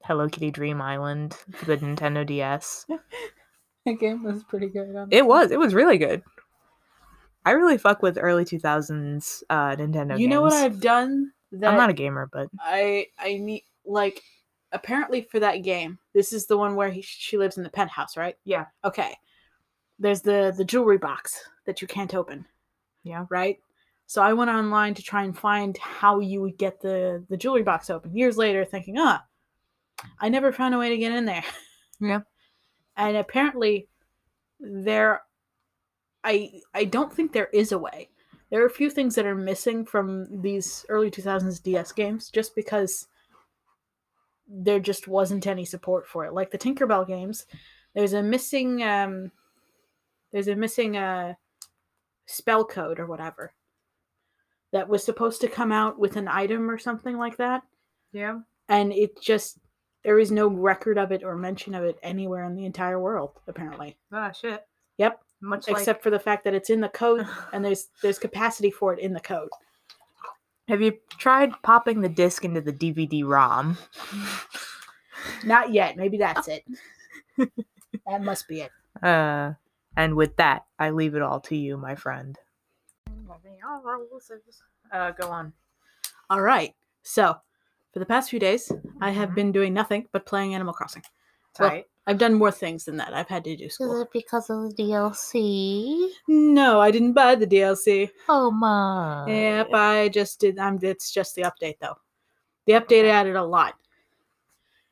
[SPEAKER 2] Hello Kitty Dream Island for the Nintendo DS.
[SPEAKER 1] That game was pretty good. honestly.
[SPEAKER 2] It was. It was really good. I really fuck with early 2000s uh, Nintendo
[SPEAKER 1] you know what
[SPEAKER 2] games.
[SPEAKER 1] I've done? That
[SPEAKER 2] I'm not a gamer, but
[SPEAKER 1] I I need like apparently for that game. This is the one where he, she lives in the penthouse, right?
[SPEAKER 2] Yeah.
[SPEAKER 1] Okay. There's the the jewelry box that you can't open.
[SPEAKER 2] Yeah.
[SPEAKER 1] Right. So I went online to try and find how you would get the the jewelry box open. Years later, thinking, ah, I never found a way to get in there. [laughs]
[SPEAKER 2] Yeah.
[SPEAKER 1] And apparently, there, I I don't think there is a way there are a few things that are missing from these early 2000s DS games just because there just wasn't any support for it. Like the Tinkerbell games, there's a missing um there's a missing uh spell code or whatever that was supposed to come out with an item or something like that
[SPEAKER 2] yeah.
[SPEAKER 1] and it just there is no record of it or mention of it anywhere in the entire world apparently.
[SPEAKER 2] Ah, shit.
[SPEAKER 1] Yep
[SPEAKER 2] Much [laughs]
[SPEAKER 1] except for the fact that it's in the
[SPEAKER 2] [sighs]
[SPEAKER 1] code and there's there's capacity for it in the code.
[SPEAKER 2] Have you tried popping the disc into the DVD ROM?
[SPEAKER 1] Not yet. Maybe that's it. that must be it.
[SPEAKER 2] Uh, and with that, I leave it all to you, my friend. Uh, go on.
[SPEAKER 1] All right. So, for the past few days, I have
[SPEAKER 2] Mhm.
[SPEAKER 1] been doing nothing but playing Animal Crossing. Well,
[SPEAKER 2] Tight.
[SPEAKER 1] I've done more things than that. I've had to do school.
[SPEAKER 2] because of the DLC?
[SPEAKER 1] No, I didn't buy the DLC.
[SPEAKER 2] Oh my.
[SPEAKER 1] Yep, I just did. I'm. It's just the update though. The update added a lot,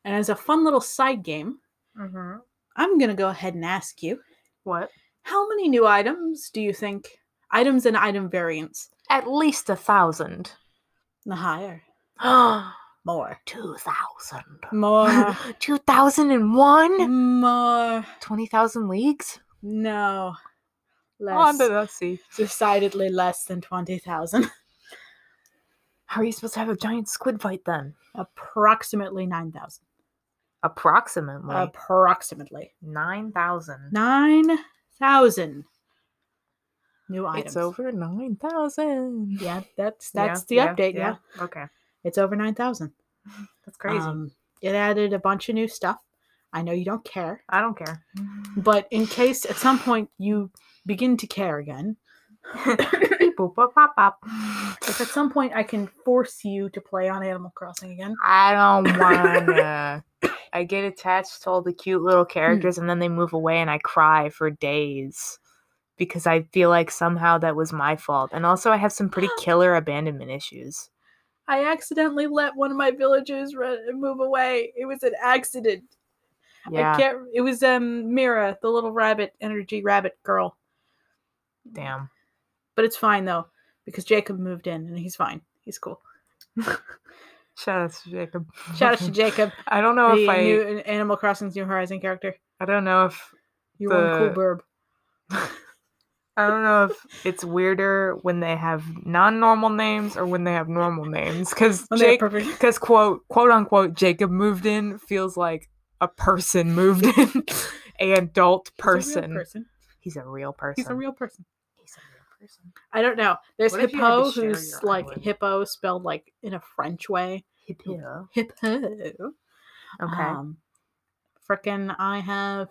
[SPEAKER 1] and as a fun little side game,
[SPEAKER 2] Mm-hmm.
[SPEAKER 1] I'm gonna go ahead and ask you.
[SPEAKER 2] What?
[SPEAKER 1] How many new items do you think? Items and item variants.
[SPEAKER 2] At least a thousand. [gasps]
[SPEAKER 1] The higher. More.
[SPEAKER 2] Two thousand.
[SPEAKER 1] More.
[SPEAKER 2] Two thousand and one?
[SPEAKER 1] more.
[SPEAKER 2] Twenty thousand leagues?
[SPEAKER 1] No.
[SPEAKER 2] On
[SPEAKER 1] Less.
[SPEAKER 2] to the sea.
[SPEAKER 1] Decidedly less than 20,000.
[SPEAKER 2] How are you supposed to have a giant squid fight then?
[SPEAKER 1] [laughs] Approximately 9,000.
[SPEAKER 2] Approximately.
[SPEAKER 1] Approximately.
[SPEAKER 2] Nine thousand.
[SPEAKER 1] 9,000 new items.
[SPEAKER 2] It's over nine thousand.
[SPEAKER 1] Yeah, that's that's the update yeah.
[SPEAKER 2] Okay.
[SPEAKER 1] It's over 9,000.
[SPEAKER 2] That's crazy.
[SPEAKER 1] Um, it added a bunch of new stuff. I know you don't care.
[SPEAKER 2] I don't [coughs] care.
[SPEAKER 1] But in case at some point you begin to care again,
[SPEAKER 2] Boop, boop, pop, pop.
[SPEAKER 1] if at some point I can force you to play on Animal Crossing again,
[SPEAKER 2] I don't wanna. [coughs] I get attached to all the cute little characters and then they move away and I cry for days because I feel like somehow that was my fault. And also, I have some [gasps] pretty killer abandonment issues.
[SPEAKER 1] I accidentally let one of my villagers run, move away. It was an accident. I
[SPEAKER 2] Yeah.
[SPEAKER 1] can't. It was um Mira, the little rabbit energy rabbit girl.
[SPEAKER 2] Damn.
[SPEAKER 1] But it's fine though because Jacob moved in and he's fine. He's cool.
[SPEAKER 2] Shout out to Jacob.
[SPEAKER 1] Shout
[SPEAKER 2] [laughs]
[SPEAKER 1] out to Jacob,
[SPEAKER 2] I don't know
[SPEAKER 1] the
[SPEAKER 2] if I.
[SPEAKER 1] new uh, Animal Crossing's New Horizon character.
[SPEAKER 2] I don't know if
[SPEAKER 1] You were a cool
[SPEAKER 2] The-
[SPEAKER 1] burb.
[SPEAKER 2] I don't know if it's weirder when they have non-normal names or when they have normal names. Because
[SPEAKER 1] When they have
[SPEAKER 2] Jake,
[SPEAKER 1] perfect- [laughs]
[SPEAKER 2] because quote quote unquote Jacob moved in feels like a person moved in, [laughs] an adult
[SPEAKER 1] He's a real
[SPEAKER 2] person.
[SPEAKER 1] person.
[SPEAKER 2] He's a real person.
[SPEAKER 1] He's a real person.
[SPEAKER 2] He's a real person.
[SPEAKER 1] I don't know. There's
[SPEAKER 2] What if you had to
[SPEAKER 1] hippo,
[SPEAKER 2] share
[SPEAKER 1] who's
[SPEAKER 2] your
[SPEAKER 1] like
[SPEAKER 2] island?
[SPEAKER 1] hippo spelled like in a French way.
[SPEAKER 2] Hippo.
[SPEAKER 1] Hippo.
[SPEAKER 2] Okay.
[SPEAKER 1] Um, Frickin' I have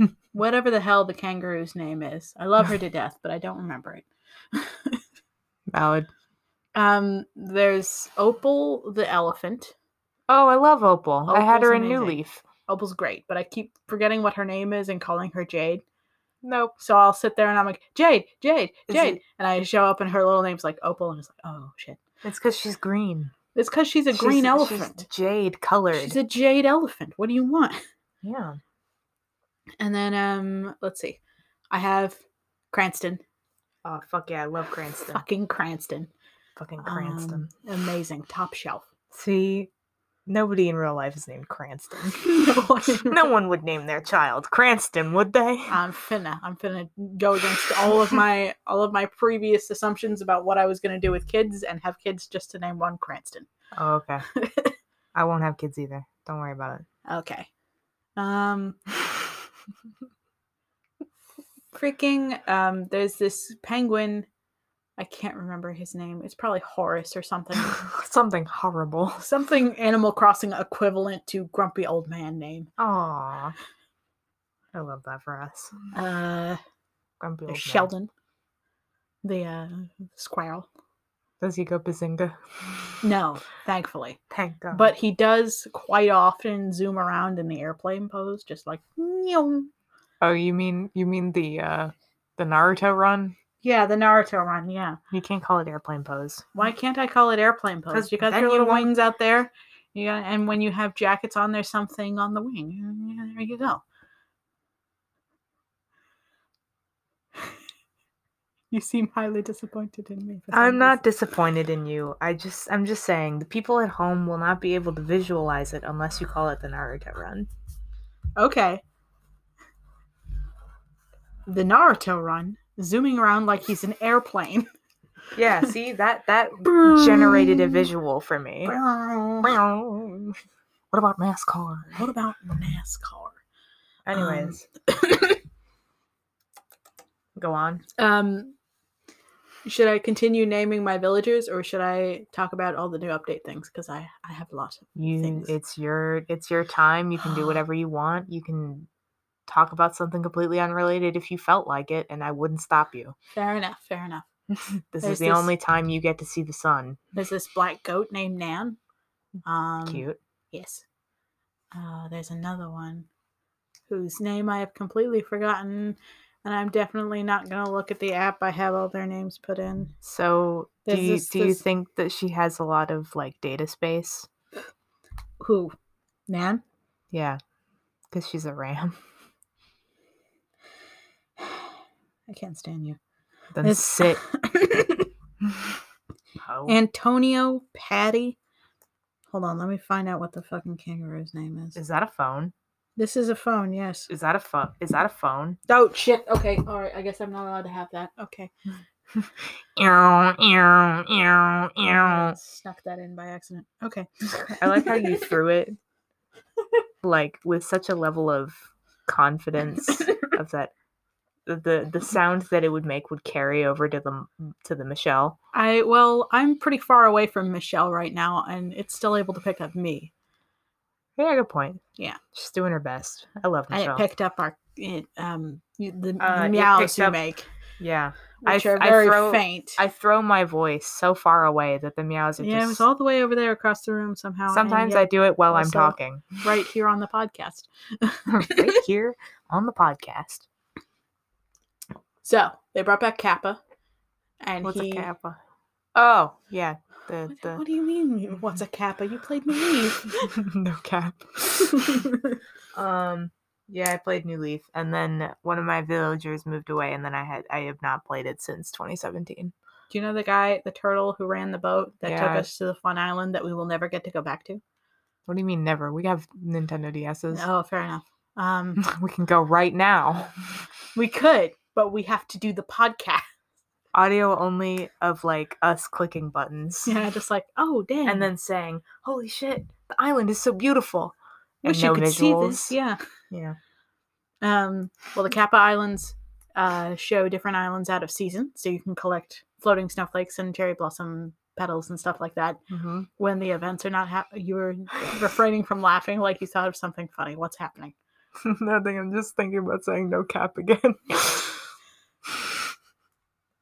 [SPEAKER 1] [laughs] whatever the hell the kangaroo's name is. I love her
[SPEAKER 2] [laughs]
[SPEAKER 1] to death, but I don't remember it.
[SPEAKER 2] Valid.
[SPEAKER 1] Um, there's Opal the elephant.
[SPEAKER 2] Oh, I love Opal. I had her in
[SPEAKER 1] Opal's
[SPEAKER 2] New
[SPEAKER 1] amazing.
[SPEAKER 2] Leaf.
[SPEAKER 1] Opal's great, but I keep forgetting what her name is and calling her Jade.
[SPEAKER 2] Nope.
[SPEAKER 1] So I'll sit there and I'm like, Jade, Jade,
[SPEAKER 2] Is
[SPEAKER 1] Jade.
[SPEAKER 2] it-
[SPEAKER 1] And I show up and her little name's like Opal, and it's like, oh shit.
[SPEAKER 2] It's because she's green.
[SPEAKER 1] It's because she's a
[SPEAKER 2] She's-
[SPEAKER 1] green
[SPEAKER 2] she's
[SPEAKER 1] elephant.
[SPEAKER 2] jade colored.
[SPEAKER 1] She's a jade elephant. What do you want?
[SPEAKER 2] yeah.
[SPEAKER 1] And then um let's see. I have Cranston.
[SPEAKER 2] Oh fuck yeah, I love Cranston.
[SPEAKER 1] Fucking Cranston.
[SPEAKER 2] Fucking Cranston.
[SPEAKER 1] Um, amazing. Top [laughs] shelf.
[SPEAKER 2] See, nobody in real life is named Cranston.
[SPEAKER 1] No one in
[SPEAKER 2] no one would name their child Cranston, would [laughs] they?
[SPEAKER 1] I'm finna. I'm finna go against all of my all of my previous assumptions about what I was gonna do with kids and have kids just to name one Cranston.
[SPEAKER 2] Oh, [laughs] okay. I won't have kids either. Don't worry about it.
[SPEAKER 1] Okay. Um freaking um there's this penguin I can't remember his name. It's probably Horace or [laughs] something.
[SPEAKER 2] [laughs] Something [laughs] horrible.
[SPEAKER 1] something Animal Crossing equivalent to grumpy old man name.
[SPEAKER 2] Aww. I love that for us.
[SPEAKER 1] Uh,
[SPEAKER 2] Grumpy old
[SPEAKER 1] there's
[SPEAKER 2] man.
[SPEAKER 1] Sheldon, the uh, squirrel.
[SPEAKER 2] Does he go bazinga?
[SPEAKER 1] No, thankfully,
[SPEAKER 2] Thank God.
[SPEAKER 1] but he does quite often zoom around in the airplane pose, just like "Meow."
[SPEAKER 2] oh, you mean you mean the uh the Naruto run?
[SPEAKER 1] yeah, the Naruto run. Yeah,
[SPEAKER 2] You can't call it airplane pose.
[SPEAKER 1] why can't I call it airplane pose?
[SPEAKER 2] 'Cause
[SPEAKER 1] You got
[SPEAKER 2] then
[SPEAKER 1] your
[SPEAKER 2] you
[SPEAKER 1] little
[SPEAKER 2] won't-
[SPEAKER 1] wings out there. You got, and when you have jackets on, there's something on the wing. Yeah, there you go. [laughs] You seem highly disappointed in me. for some
[SPEAKER 2] I'm not
[SPEAKER 1] reason.
[SPEAKER 2] disappointed in you. I just I'm just saying the people at home will not be able to visualize it unless you call it the Naruto run.
[SPEAKER 1] Okay. The Naruto run, zooming around like he's an airplane. [laughs]
[SPEAKER 2] Yeah, see that that generated
[SPEAKER 1] Mm.
[SPEAKER 2] a visual for me.
[SPEAKER 1] What
[SPEAKER 2] what about NASCAR?
[SPEAKER 1] about NASCAR?
[SPEAKER 2] Anyways,
[SPEAKER 1] [coughs]
[SPEAKER 2] go on.
[SPEAKER 1] Um, should I continue naming my villagers or should I talk about all the new update things? Because I, I have lots of
[SPEAKER 2] You,
[SPEAKER 1] things.
[SPEAKER 2] it's your it's your time. You can do whatever you want. You can talk about something completely unrelated if you felt like it, and I wouldn't stop you.
[SPEAKER 1] Fair enough, fair enough.
[SPEAKER 2] This
[SPEAKER 1] There's
[SPEAKER 2] is the
[SPEAKER 1] this-
[SPEAKER 2] only time you get to see the sun.
[SPEAKER 1] There's this black goat named Nan. Um,
[SPEAKER 2] Cute.
[SPEAKER 1] Yes. Uh, there's another one whose name I have completely forgotten, and I'm definitely not going to look at the app. I have all their names put in.
[SPEAKER 2] So, do
[SPEAKER 1] There's
[SPEAKER 2] you,
[SPEAKER 1] this-
[SPEAKER 2] do you
[SPEAKER 1] this-
[SPEAKER 2] think that she has a lot of like data space?
[SPEAKER 1] Who? Nan?
[SPEAKER 2] Yeah, because she's a ram.
[SPEAKER 1] [sighs]
[SPEAKER 2] [laughs]
[SPEAKER 1] I can't stand you.
[SPEAKER 2] Then
[SPEAKER 1] It's-
[SPEAKER 2] sit. Ho.
[SPEAKER 1] [laughs] Antonio Patty. Hold on, let me find out what the fucking kangaroo's name is.
[SPEAKER 2] is that a phone?
[SPEAKER 1] This is a phone, yes.
[SPEAKER 2] Is that a phone? Is that a phone?
[SPEAKER 1] Oh, shit. Okay, alright. I guess I'm not allowed to have that. Okay.
[SPEAKER 2] Ew, ew, ew,
[SPEAKER 1] I
[SPEAKER 2] ew.
[SPEAKER 1] Snuck that in by accident. Okay.
[SPEAKER 2] I like
[SPEAKER 1] [laughs]
[SPEAKER 2] how you threw it like with such a level of
[SPEAKER 1] [laughs]
[SPEAKER 2] confidence of that the the sound that it would make would carry over to the to the Michelle.
[SPEAKER 1] I well, I'm pretty far away from Michelle right now, and it's still able to pick up me.
[SPEAKER 2] Yeah, good point.
[SPEAKER 1] Yeah.
[SPEAKER 2] She's doing her best. I love
[SPEAKER 1] And it
[SPEAKER 2] Michelle.
[SPEAKER 1] picked up our it, um you- the
[SPEAKER 2] Uh, it
[SPEAKER 1] meows
[SPEAKER 2] picked
[SPEAKER 1] you
[SPEAKER 2] up-
[SPEAKER 1] make,
[SPEAKER 2] yeah. I
[SPEAKER 1] which
[SPEAKER 2] th-
[SPEAKER 1] are
[SPEAKER 2] I
[SPEAKER 1] very
[SPEAKER 2] throw-
[SPEAKER 1] faint.
[SPEAKER 2] I throw my voice so far away that the meows are
[SPEAKER 1] yeah,
[SPEAKER 2] just
[SPEAKER 1] it was all the way over there across the room somehow. and
[SPEAKER 2] Sometimes I
[SPEAKER 1] yet
[SPEAKER 2] do it while I'm
[SPEAKER 1] also-
[SPEAKER 2] talking. [laughs]
[SPEAKER 1] [laughs] right here on the podcast.
[SPEAKER 2] right here on the podcast.
[SPEAKER 1] So they brought back Kappa, and
[SPEAKER 2] What's
[SPEAKER 1] he.
[SPEAKER 2] a kappa? Oh, yeah. The
[SPEAKER 1] What,
[SPEAKER 2] the
[SPEAKER 1] what do you mean? you- What's a Kappa? You played New Leaf.
[SPEAKER 2] [laughs] no cap. Um, yeah, I played New Leaf, and then one of my villagers moved away, and then I had I have not played it since 2017.
[SPEAKER 1] [laughs] do you know the guy, the turtle who ran the boat that took
[SPEAKER 2] Yeah.
[SPEAKER 1] us to the fun island that we will never get to go back to?
[SPEAKER 2] What do you mean never? We have [laughs] Nintendo DSs.
[SPEAKER 1] Oh, fair enough. Um,
[SPEAKER 2] we can go right now.
[SPEAKER 1] we could, but we have to do the podcast.
[SPEAKER 2] Audio only of like us clicking buttons.
[SPEAKER 1] Yeah, just like, oh damn.
[SPEAKER 2] And then saying, Holy shit, the island is so beautiful. and
[SPEAKER 1] wish you
[SPEAKER 2] no
[SPEAKER 1] could see this.
[SPEAKER 2] visuals.
[SPEAKER 1] Yeah.
[SPEAKER 2] Yeah.
[SPEAKER 1] Um, well, the Kappa Islands uh, show different islands out of season, so you can collect floating snowflakes and cherry blossom petals and stuff like that. [laughs]
[SPEAKER 2] hmm
[SPEAKER 1] When the events are not happening, you're refraining from laughing like you thought of something funny. What's happening?
[SPEAKER 2] [laughs] Nothing. I'm just thinking about saying no cap again. [laughs]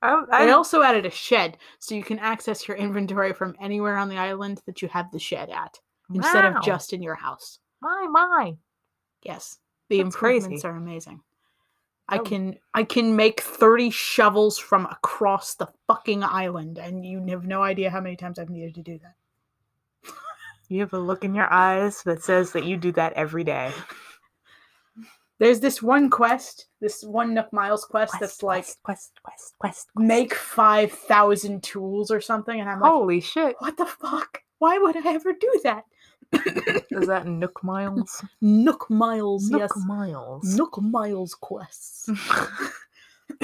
[SPEAKER 2] I, I,
[SPEAKER 1] they also added a shed, so you can access your inventory from anywhere on the island that you have the shed at, instead
[SPEAKER 2] Wow.
[SPEAKER 1] of just in your house.
[SPEAKER 2] my my.
[SPEAKER 1] Yes, the
[SPEAKER 2] That's crazy.
[SPEAKER 1] improvements are amazing. I
[SPEAKER 2] Oh.
[SPEAKER 1] can I can make thirty shovels from across the fucking island, and you have no idea how many times I've needed to do that.
[SPEAKER 2] You have a look in your eyes that says that you do that every day.
[SPEAKER 1] There's this one quest, this one Nook Miles quest, that's like
[SPEAKER 2] quest quest quest. quest. Oh.
[SPEAKER 1] make five thousand tools or something, and I'm like,
[SPEAKER 2] Holy shit!
[SPEAKER 1] what the fuck? Why would I ever do that?
[SPEAKER 2] Is that Nook [laughs] Miles?
[SPEAKER 1] [coughs] Nook Miles,
[SPEAKER 2] Nook
[SPEAKER 1] yes,
[SPEAKER 2] Miles.
[SPEAKER 1] Nook Miles
[SPEAKER 2] [laughs]
[SPEAKER 1] quests. [coughs]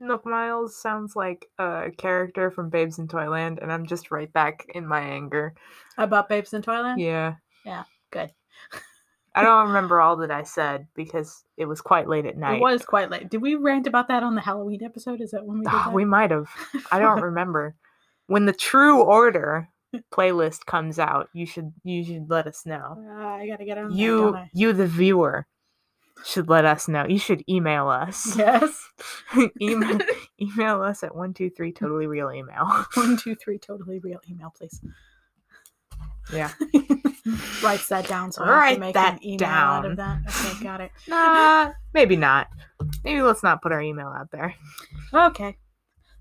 [SPEAKER 2] Nook Miles sounds like a character from Babes in Toyland, and I'm just right back in my anger.
[SPEAKER 1] About babes in Toyland.
[SPEAKER 2] Yeah.
[SPEAKER 1] Yeah, good.
[SPEAKER 2] I [laughs] don't remember all that I said because it was quite late at night.
[SPEAKER 1] It was quite late. Did we rant about that on the Halloween episode? Is that when we did
[SPEAKER 2] Ah,
[SPEAKER 1] that? [laughs] Uh,
[SPEAKER 2] we might have. I don't remember. When the True Order playlist comes out, you should you should let us know.
[SPEAKER 1] Uh, I gotta get on. that,
[SPEAKER 2] You
[SPEAKER 1] don't
[SPEAKER 2] [laughs]
[SPEAKER 1] I?
[SPEAKER 2] you the viewer should let us know. You should email us.
[SPEAKER 1] yes.
[SPEAKER 2] [laughs]
[SPEAKER 1] [laughs]
[SPEAKER 2] email email us at one two three totally real email. [laughs]
[SPEAKER 1] One, two, three. Totally real email, please. [laughs]
[SPEAKER 2] Yeah.
[SPEAKER 1] Writes that down. So I have
[SPEAKER 2] Write
[SPEAKER 1] to make
[SPEAKER 2] that
[SPEAKER 1] an email out of that.
[SPEAKER 2] down. [laughs]
[SPEAKER 1] Okay, got it.
[SPEAKER 2] Nah, maybe not. Maybe let's not put our email out there.
[SPEAKER 1] Okay.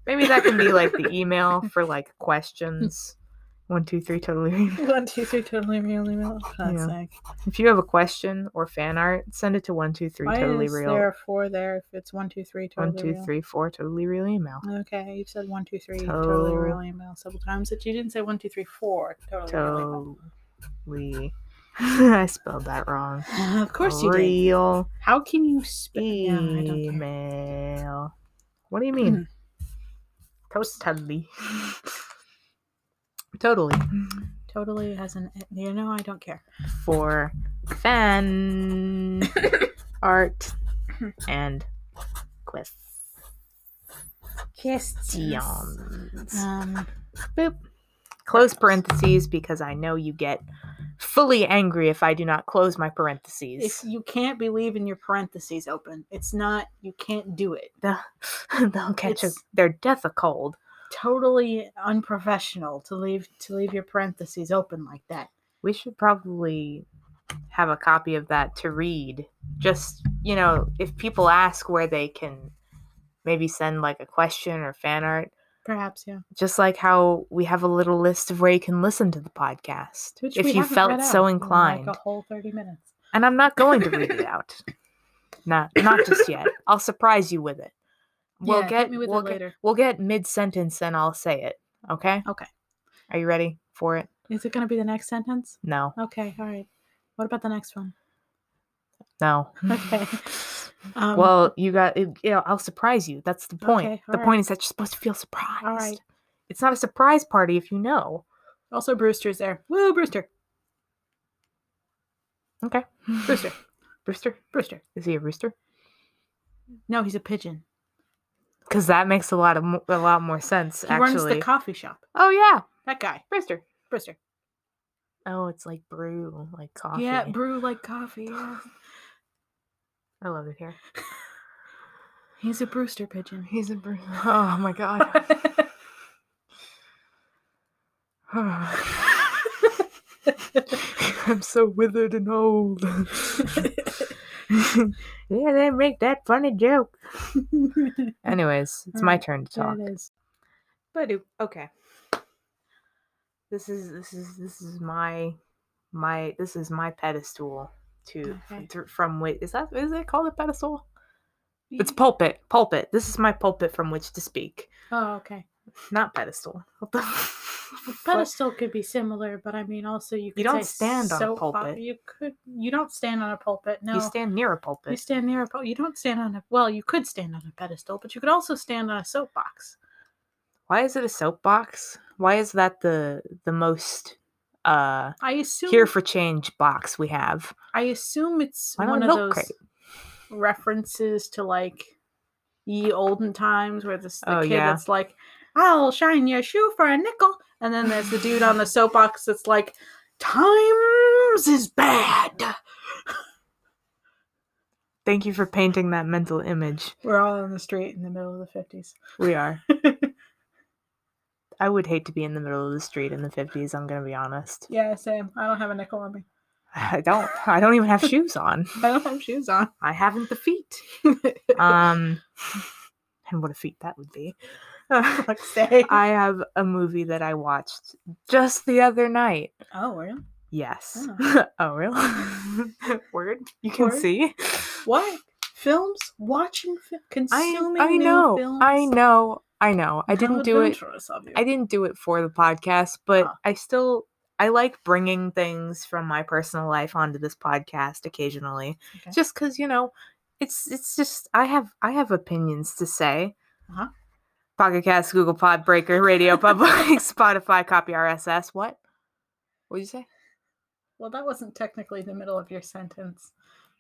[SPEAKER 2] Maybe that can be like the
[SPEAKER 1] [laughs]
[SPEAKER 2] email for like questions. One two three totally real.
[SPEAKER 1] One, two, three. Totally real email. That's
[SPEAKER 2] Yeah.
[SPEAKER 1] like,
[SPEAKER 2] If you have a question or fan art, send it to one two three
[SPEAKER 1] why
[SPEAKER 2] totally
[SPEAKER 1] is
[SPEAKER 2] real.
[SPEAKER 1] there a four there if it's one, two, three? Totally
[SPEAKER 2] One two
[SPEAKER 1] real? Oh,
[SPEAKER 2] three four totally real email.
[SPEAKER 1] Okay, you said one, two, three. Totally
[SPEAKER 2] To-
[SPEAKER 1] real email several times, but you didn't say one, two, three, four. Totally. real email.
[SPEAKER 2] Totally. [laughs] I spelled that wrong.
[SPEAKER 1] of course you did.
[SPEAKER 2] real
[SPEAKER 1] How can you spell? Yeah, I don't care. Mm.
[SPEAKER 2] email. What do you mean? Toast Totally. [laughs] totally.
[SPEAKER 1] Totally has an. You know, I don't care.
[SPEAKER 2] For
[SPEAKER 1] [coughs]
[SPEAKER 2] fan art and
[SPEAKER 1] Questions.
[SPEAKER 2] questions.
[SPEAKER 1] Um,
[SPEAKER 2] Boop. Close parentheses because I know you get fully angry if I do not close my
[SPEAKER 1] if
[SPEAKER 2] parentheses.
[SPEAKER 1] you can't be leaving your parentheses open, it's not. You can't do it.
[SPEAKER 2] [laughs] They'll catch a,
[SPEAKER 1] It's-
[SPEAKER 2] their death of cold.
[SPEAKER 1] Totally unprofessional to leave to leave your parentheses open like that.
[SPEAKER 2] We should probably have a copy of that to read. Just, you know, if people ask where they can maybe send like a question or fan art,
[SPEAKER 1] Perhaps, yeah.
[SPEAKER 2] just like how we have a little list of where you can listen to the podcast
[SPEAKER 1] Which
[SPEAKER 2] if
[SPEAKER 1] we
[SPEAKER 2] you
[SPEAKER 1] haven't read
[SPEAKER 2] felt
[SPEAKER 1] out Oh
[SPEAKER 2] so
[SPEAKER 1] in,
[SPEAKER 2] inclined.
[SPEAKER 1] like a whole thirty minutes.
[SPEAKER 2] And I'm not going
[SPEAKER 1] [laughs]
[SPEAKER 2] to read it out. Not not just yet. I'll surprise you with it. We'll
[SPEAKER 1] Yeah, hit
[SPEAKER 2] get
[SPEAKER 1] me with
[SPEAKER 2] we'll
[SPEAKER 1] it
[SPEAKER 2] get,
[SPEAKER 1] later.
[SPEAKER 2] we'll get mid sentence and I'll say it. Okay?
[SPEAKER 1] Okay.
[SPEAKER 2] Are you ready for it?
[SPEAKER 1] Is it going to be the next sentence?
[SPEAKER 2] No.
[SPEAKER 1] Okay, all right. What about the next one? [laughs]
[SPEAKER 2] No. [laughs]
[SPEAKER 1] Okay. Um,
[SPEAKER 2] well, you got. It, you know, I'll surprise you. That's the point.
[SPEAKER 1] Okay,
[SPEAKER 2] the
[SPEAKER 1] alright.
[SPEAKER 2] point is that you're supposed to feel surprised.
[SPEAKER 1] right.
[SPEAKER 2] It's not a surprise party if you know.
[SPEAKER 1] also Brewster's there. Woo, Brewster,
[SPEAKER 2] Okay. [laughs]
[SPEAKER 1] Brewster,
[SPEAKER 2] Rooster.
[SPEAKER 1] Brewster.
[SPEAKER 2] Is he a rooster?
[SPEAKER 1] No, he's a pigeon.
[SPEAKER 2] Because that makes a lot of mo- a lot more sense.
[SPEAKER 1] He runs
[SPEAKER 2] actually.
[SPEAKER 1] the coffee shop.
[SPEAKER 2] oh yeah,
[SPEAKER 1] That guy,
[SPEAKER 2] rooster.
[SPEAKER 1] Brewster.
[SPEAKER 2] Oh, it's like brew, like coffee.
[SPEAKER 1] Yeah, brew like coffee. Yeah.
[SPEAKER 2] I love it here.
[SPEAKER 1] He's a Brewster pigeon. [laughs]
[SPEAKER 2] He's a brew. [laughs] Oh my god. I'm so withered and old. [laughs] yeah, they make that funny joke.
[SPEAKER 1] There
[SPEAKER 2] Anyways, it's my
[SPEAKER 1] Alright,
[SPEAKER 2] turn to talk.
[SPEAKER 1] it is.
[SPEAKER 2] But it- okay. This is this is this is my my this is my pedestal to
[SPEAKER 1] Okay.
[SPEAKER 2] thr- from which is that is it called a pedestal? It's pulpit, pulpit. This is my pulpit from which to speak,
[SPEAKER 1] oh, okay.
[SPEAKER 2] not pedestal. What the? [laughs]
[SPEAKER 1] The pedestal could be similar, but I mean, also you. Could
[SPEAKER 2] don't
[SPEAKER 1] say
[SPEAKER 2] stand on a
[SPEAKER 1] soap op-
[SPEAKER 2] pulpit.
[SPEAKER 1] You could. You don't stand on a pulpit. No,
[SPEAKER 2] You stand near a
[SPEAKER 1] You
[SPEAKER 2] pulpit.
[SPEAKER 1] stand near a. pul- You don't stand on a. Well, you could stand on a pedestal, but you could also stand on a soapbox.
[SPEAKER 2] Why is it a soapbox? Why is that the the most uh
[SPEAKER 1] I assume.
[SPEAKER 2] here for change box we have?
[SPEAKER 1] I assume it's
[SPEAKER 2] Why not
[SPEAKER 1] one
[SPEAKER 2] a
[SPEAKER 1] of
[SPEAKER 2] milk
[SPEAKER 1] those
[SPEAKER 2] crate?
[SPEAKER 1] references to like ye olden times, where this the
[SPEAKER 2] Oh,
[SPEAKER 1] kid
[SPEAKER 2] yeah.
[SPEAKER 1] that's like, "I'll shine your shoe for a nickel," and then there's the dude on the soapbox that's like, "Times is bad."
[SPEAKER 2] Thank you for painting that mental image.
[SPEAKER 1] We're all on the street in the middle of the fifties. [laughs]
[SPEAKER 2] We are. I would hate to be in the middle of the street in the 50s, I'm going to be honest.
[SPEAKER 1] Yeah, same. I don't have a nickel on me.
[SPEAKER 2] I don't I don't even have shoes on.
[SPEAKER 1] I don't have shoes on. [laughs]
[SPEAKER 2] I haven't the feet. Um and what a feat that would be. [laughs]
[SPEAKER 1] like say.
[SPEAKER 2] I have a movie that I watched just the other night.
[SPEAKER 1] oh, really?
[SPEAKER 2] Yes.
[SPEAKER 1] Oh.
[SPEAKER 2] [laughs] oh really? Word. You can
[SPEAKER 1] Word.
[SPEAKER 2] see.
[SPEAKER 1] What films? Watching, fi-
[SPEAKER 2] I,
[SPEAKER 1] consuming
[SPEAKER 2] I
[SPEAKER 1] new
[SPEAKER 2] know.
[SPEAKER 1] films.
[SPEAKER 2] I know. I know. I
[SPEAKER 1] How
[SPEAKER 2] didn't do it
[SPEAKER 1] adventurous of you.
[SPEAKER 2] I didn't do it for the podcast, but
[SPEAKER 1] Ah.
[SPEAKER 2] I still I like bringing things from my personal life onto this podcast occasionally,
[SPEAKER 1] Okay.
[SPEAKER 2] just because you know it's it's just I have I have opinions to say.
[SPEAKER 1] Uh-huh.
[SPEAKER 2] Pocket Cast, Google Pod,
[SPEAKER 1] [laughs]
[SPEAKER 2] Breaker, Radio Public, Spotify, Copy RSS. What? What did you say?
[SPEAKER 1] Well, that wasn't technically the middle of your sentence.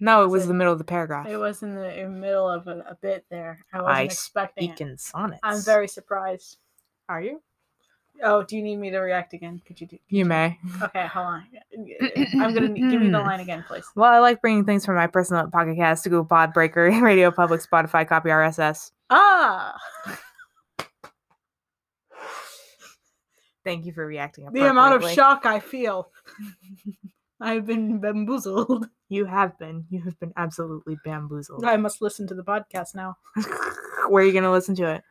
[SPEAKER 2] No, it
[SPEAKER 1] Was
[SPEAKER 2] was
[SPEAKER 1] it-
[SPEAKER 2] the middle of the paragraph.
[SPEAKER 1] It was in the in middle of a, a bit there. I wasn't
[SPEAKER 2] Ah. I
[SPEAKER 1] expecting it.
[SPEAKER 2] Beacon sonnets.
[SPEAKER 1] I'm very surprised.
[SPEAKER 2] Are you?
[SPEAKER 1] Oh, do you need me to react again? Could you do?
[SPEAKER 2] You may.
[SPEAKER 1] Okay, hold on. I'm gonna need- give me the line again, please.
[SPEAKER 2] Well, I like bringing things from my personal Pocket Cast, Google Pod, Breaker, [laughs] Radio Public, Spotify, Copy RSS. [laughs]
[SPEAKER 1] Ah,
[SPEAKER 2] Thank you for reacting.
[SPEAKER 1] the amount of
[SPEAKER 2] appropriately.
[SPEAKER 1] shock I feel. [laughs] I've been bamboozled.
[SPEAKER 2] you have been, you have been absolutely bamboozled.
[SPEAKER 1] I must listen to the podcast now.
[SPEAKER 2] Where are you gonna listen to it?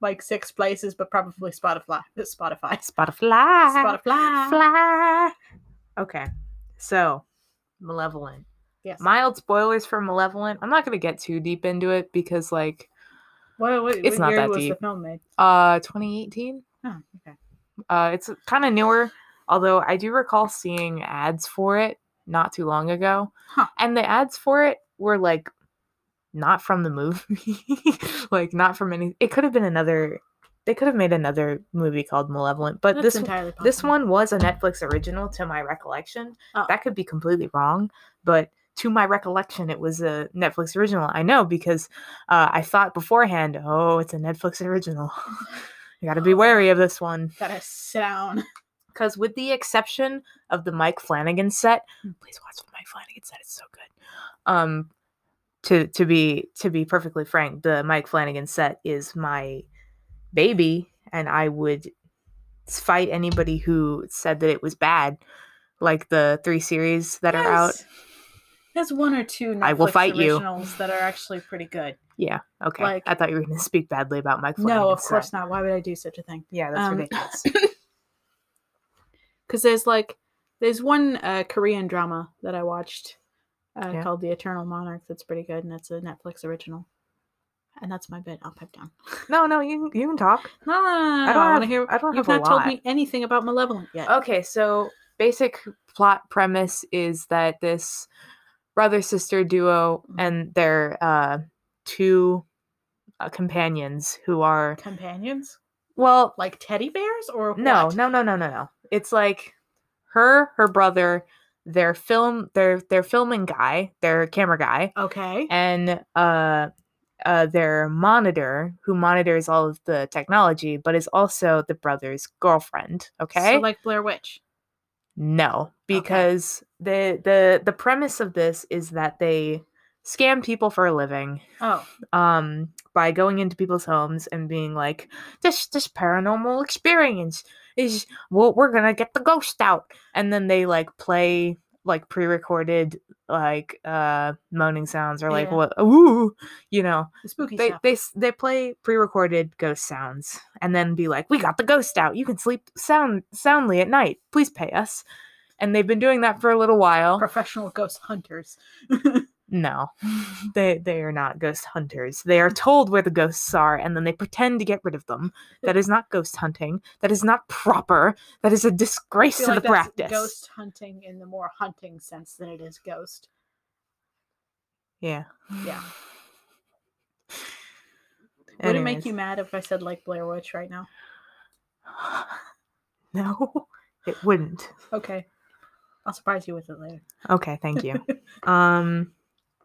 [SPEAKER 1] Like six places, but probably Spotify. Spotify.
[SPEAKER 2] Spotify.
[SPEAKER 1] Spotify.
[SPEAKER 2] Spotify. Okay, so Malevolent.
[SPEAKER 1] Yes.
[SPEAKER 2] Mild spoilers for Malevolent. I'm not gonna get too deep into it because, like,
[SPEAKER 1] Well, what,
[SPEAKER 2] It's
[SPEAKER 1] what
[SPEAKER 2] not
[SPEAKER 1] year
[SPEAKER 2] that
[SPEAKER 1] was the
[SPEAKER 2] deep.
[SPEAKER 1] film made?
[SPEAKER 2] uh, 2018.
[SPEAKER 1] Oh, okay.
[SPEAKER 2] Uh, it's kind of newer, although I do recall seeing ads for it not too long ago.
[SPEAKER 1] Huh.
[SPEAKER 2] And the ads for it were like not from the movie, [laughs] like not from any. It could have been another. They could have made another movie called Malevolent, but
[SPEAKER 1] That's
[SPEAKER 2] this
[SPEAKER 1] entirely
[SPEAKER 2] this
[SPEAKER 1] possible.
[SPEAKER 2] one was a Netflix original to my recollection.
[SPEAKER 1] Oh.
[SPEAKER 2] That could be completely wrong, but to my recollection, it was a Netflix original. I know because uh, I thought beforehand, oh, it's a Netflix original. [laughs] you
[SPEAKER 1] [gasps]
[SPEAKER 2] got to be wary of this one.
[SPEAKER 1] Gotta sit down.
[SPEAKER 2] Because with the exception of the Mike Flanagan set,
[SPEAKER 1] Mm.
[SPEAKER 2] please watch the Mike Flanagan set. It's so good. Um, to to be to be perfectly frank, the Mike Flanagan set is my baby, and I would s- fight anybody who said that it was bad, like the three series that are out.
[SPEAKER 1] Yes. There's one or two Netflix
[SPEAKER 2] I will fight you.
[SPEAKER 1] originals that are actually pretty good.
[SPEAKER 2] Yeah. Okay.
[SPEAKER 1] Like-
[SPEAKER 2] I thought you were going to [laughs] speak badly about Mike. Flanagan
[SPEAKER 1] no, of course not. Why would I do such a thing?
[SPEAKER 2] Yeah, that's
[SPEAKER 1] Um, [coughs]
[SPEAKER 2] ridiculous.
[SPEAKER 1] Because there's like, there's one uh, Korean drama that I watched uh,
[SPEAKER 2] Yeah.
[SPEAKER 1] called The Eternal Monarch that's pretty good, and that's a Netflix original. And that's my bit. I'll pipe down.
[SPEAKER 2] no, no, you you can talk.
[SPEAKER 1] No, no, no, no,
[SPEAKER 2] I don't
[SPEAKER 1] I want
[SPEAKER 2] have-
[SPEAKER 1] to hear.
[SPEAKER 2] I don't
[SPEAKER 1] You've
[SPEAKER 2] have a
[SPEAKER 1] not told
[SPEAKER 2] lot. Oh.
[SPEAKER 1] me anything about Malevolent yet.
[SPEAKER 2] Okay, so basic plot premise is that this brother sister duo
[SPEAKER 1] Mhm.
[SPEAKER 2] and their uh, two uh, companions who are
[SPEAKER 1] Companions
[SPEAKER 2] well,
[SPEAKER 1] like teddy bears or
[SPEAKER 2] no,
[SPEAKER 1] what?
[SPEAKER 2] no, no, no, no, no. It's like her, her brother, their film, their their filming guy, their camera guy,
[SPEAKER 1] Okay.
[SPEAKER 2] and uh, uh, their monitor who monitors all of the technology, but is also the brother's girlfriend. Okay,
[SPEAKER 1] So like Blair Witch.
[SPEAKER 2] No,
[SPEAKER 1] Okay.
[SPEAKER 2] because the the the premise of this is that they scam people for a living
[SPEAKER 1] Oh,
[SPEAKER 2] um by going into people's homes and being like this this paranormal experience is well we're gonna get the ghost out and then they like play like pre-recorded like uh moaning sounds or like
[SPEAKER 1] Yeah.
[SPEAKER 2] what ooh you know
[SPEAKER 1] the spooky
[SPEAKER 2] they
[SPEAKER 1] stuff.
[SPEAKER 2] they s- they play pre-recorded ghost sounds and then be like, "We got the ghost out. You can sleep sound soundly at night. Please pay us." And they've been doing that for a little while.
[SPEAKER 1] Professional ghost hunters. [laughs]
[SPEAKER 2] No, they they are not ghost hunters. They are told where the ghosts are, and then they pretend to get rid of them. That is not ghost hunting. That is not proper. That is a
[SPEAKER 1] I
[SPEAKER 2] disgrace
[SPEAKER 1] feel
[SPEAKER 2] to
[SPEAKER 1] like
[SPEAKER 2] the
[SPEAKER 1] that's
[SPEAKER 2] practice.
[SPEAKER 1] Ghost hunting in the more hunting sense than it is ghost.
[SPEAKER 2] Yeah.
[SPEAKER 1] Yeah. Would
[SPEAKER 2] Anyways.
[SPEAKER 1] it make you mad if I said like Blair Witch right now?
[SPEAKER 2] [sighs] No, it wouldn't.
[SPEAKER 1] Okay. I'll surprise you with it later.
[SPEAKER 2] Okay,
[SPEAKER 1] [laughs]
[SPEAKER 2] thank you. um,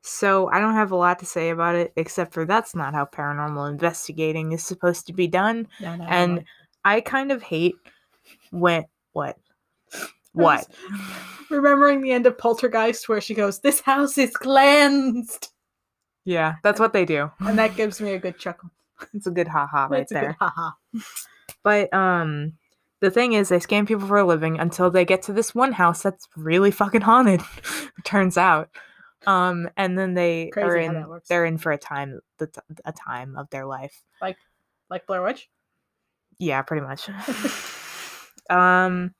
[SPEAKER 2] so I don't have a lot to say about it except for that's not how paranormal investigating is supposed to be done.
[SPEAKER 1] No, no, no,
[SPEAKER 2] And
[SPEAKER 1] no.
[SPEAKER 2] I kind of hate when what
[SPEAKER 1] [laughs] I'm
[SPEAKER 2] what
[SPEAKER 1] just [laughs] Remembering the end of Poltergeist where she goes, This house is cleansed.
[SPEAKER 2] yeah that's what they do. [laughs]
[SPEAKER 1] And
[SPEAKER 2] [sighs]
[SPEAKER 1] that gives me a good chuckle.
[SPEAKER 2] It's a good haha right
[SPEAKER 1] it's a
[SPEAKER 2] there.
[SPEAKER 1] good haha.
[SPEAKER 2] But um the thing is they scam people for a living until they get to this one house that's really fucking haunted, [laughs] it turns out. Um and then they
[SPEAKER 1] Crazy
[SPEAKER 2] are
[SPEAKER 1] how
[SPEAKER 2] in
[SPEAKER 1] that works.
[SPEAKER 2] they're in for a time the t- a time of their life.
[SPEAKER 1] Like Blair Witch?
[SPEAKER 2] Yeah, pretty much. [laughs] um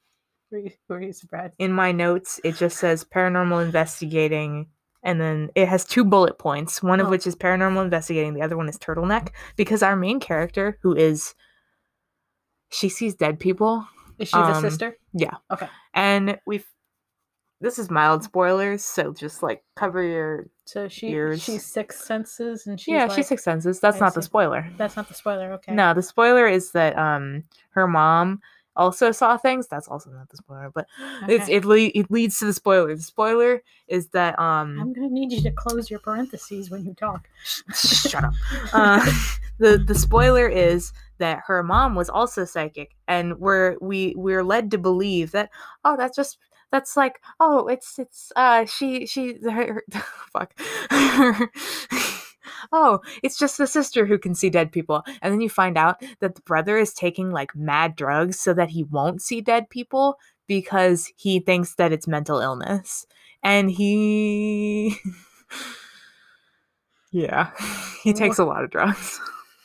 [SPEAKER 1] Were you, were you surprised?
[SPEAKER 2] in my notes it just says paranormal investigating and then it has two bullet points, one of
[SPEAKER 1] Oh.
[SPEAKER 2] which is paranormal investigating, the other one is turtleneck because our main character who is she sees dead people
[SPEAKER 1] Is she the
[SPEAKER 2] Um,
[SPEAKER 1] sister?
[SPEAKER 2] and we've this is mild spoilers so just like cover your
[SPEAKER 1] So she
[SPEAKER 2] years.
[SPEAKER 1] she's six senses and she's
[SPEAKER 2] yeah
[SPEAKER 1] like,
[SPEAKER 2] she's six senses that's
[SPEAKER 1] I
[SPEAKER 2] not the
[SPEAKER 1] see.
[SPEAKER 2] spoiler
[SPEAKER 1] That's not the spoiler, okay.
[SPEAKER 2] no the spoiler is that um her mom also saw things that's also not the spoiler but it's
[SPEAKER 1] Okay.
[SPEAKER 2] it, le- it leads to the spoiler the spoiler is that um
[SPEAKER 1] I'm gonna need you to close your parentheses when you talk.
[SPEAKER 2] sh- [laughs] shut up uh, [laughs] the the spoiler is that her mom was also psychic and we're we we're led to believe that oh that's just that's like oh it's it's uh she she her, her- [laughs] fuck oh it's just the sister who can see dead people and then you find out that the brother is taking like mad drugs so that he won't see dead people because he thinks that it's mental illness and he [laughs] yeah [laughs] he takes a lot of drugs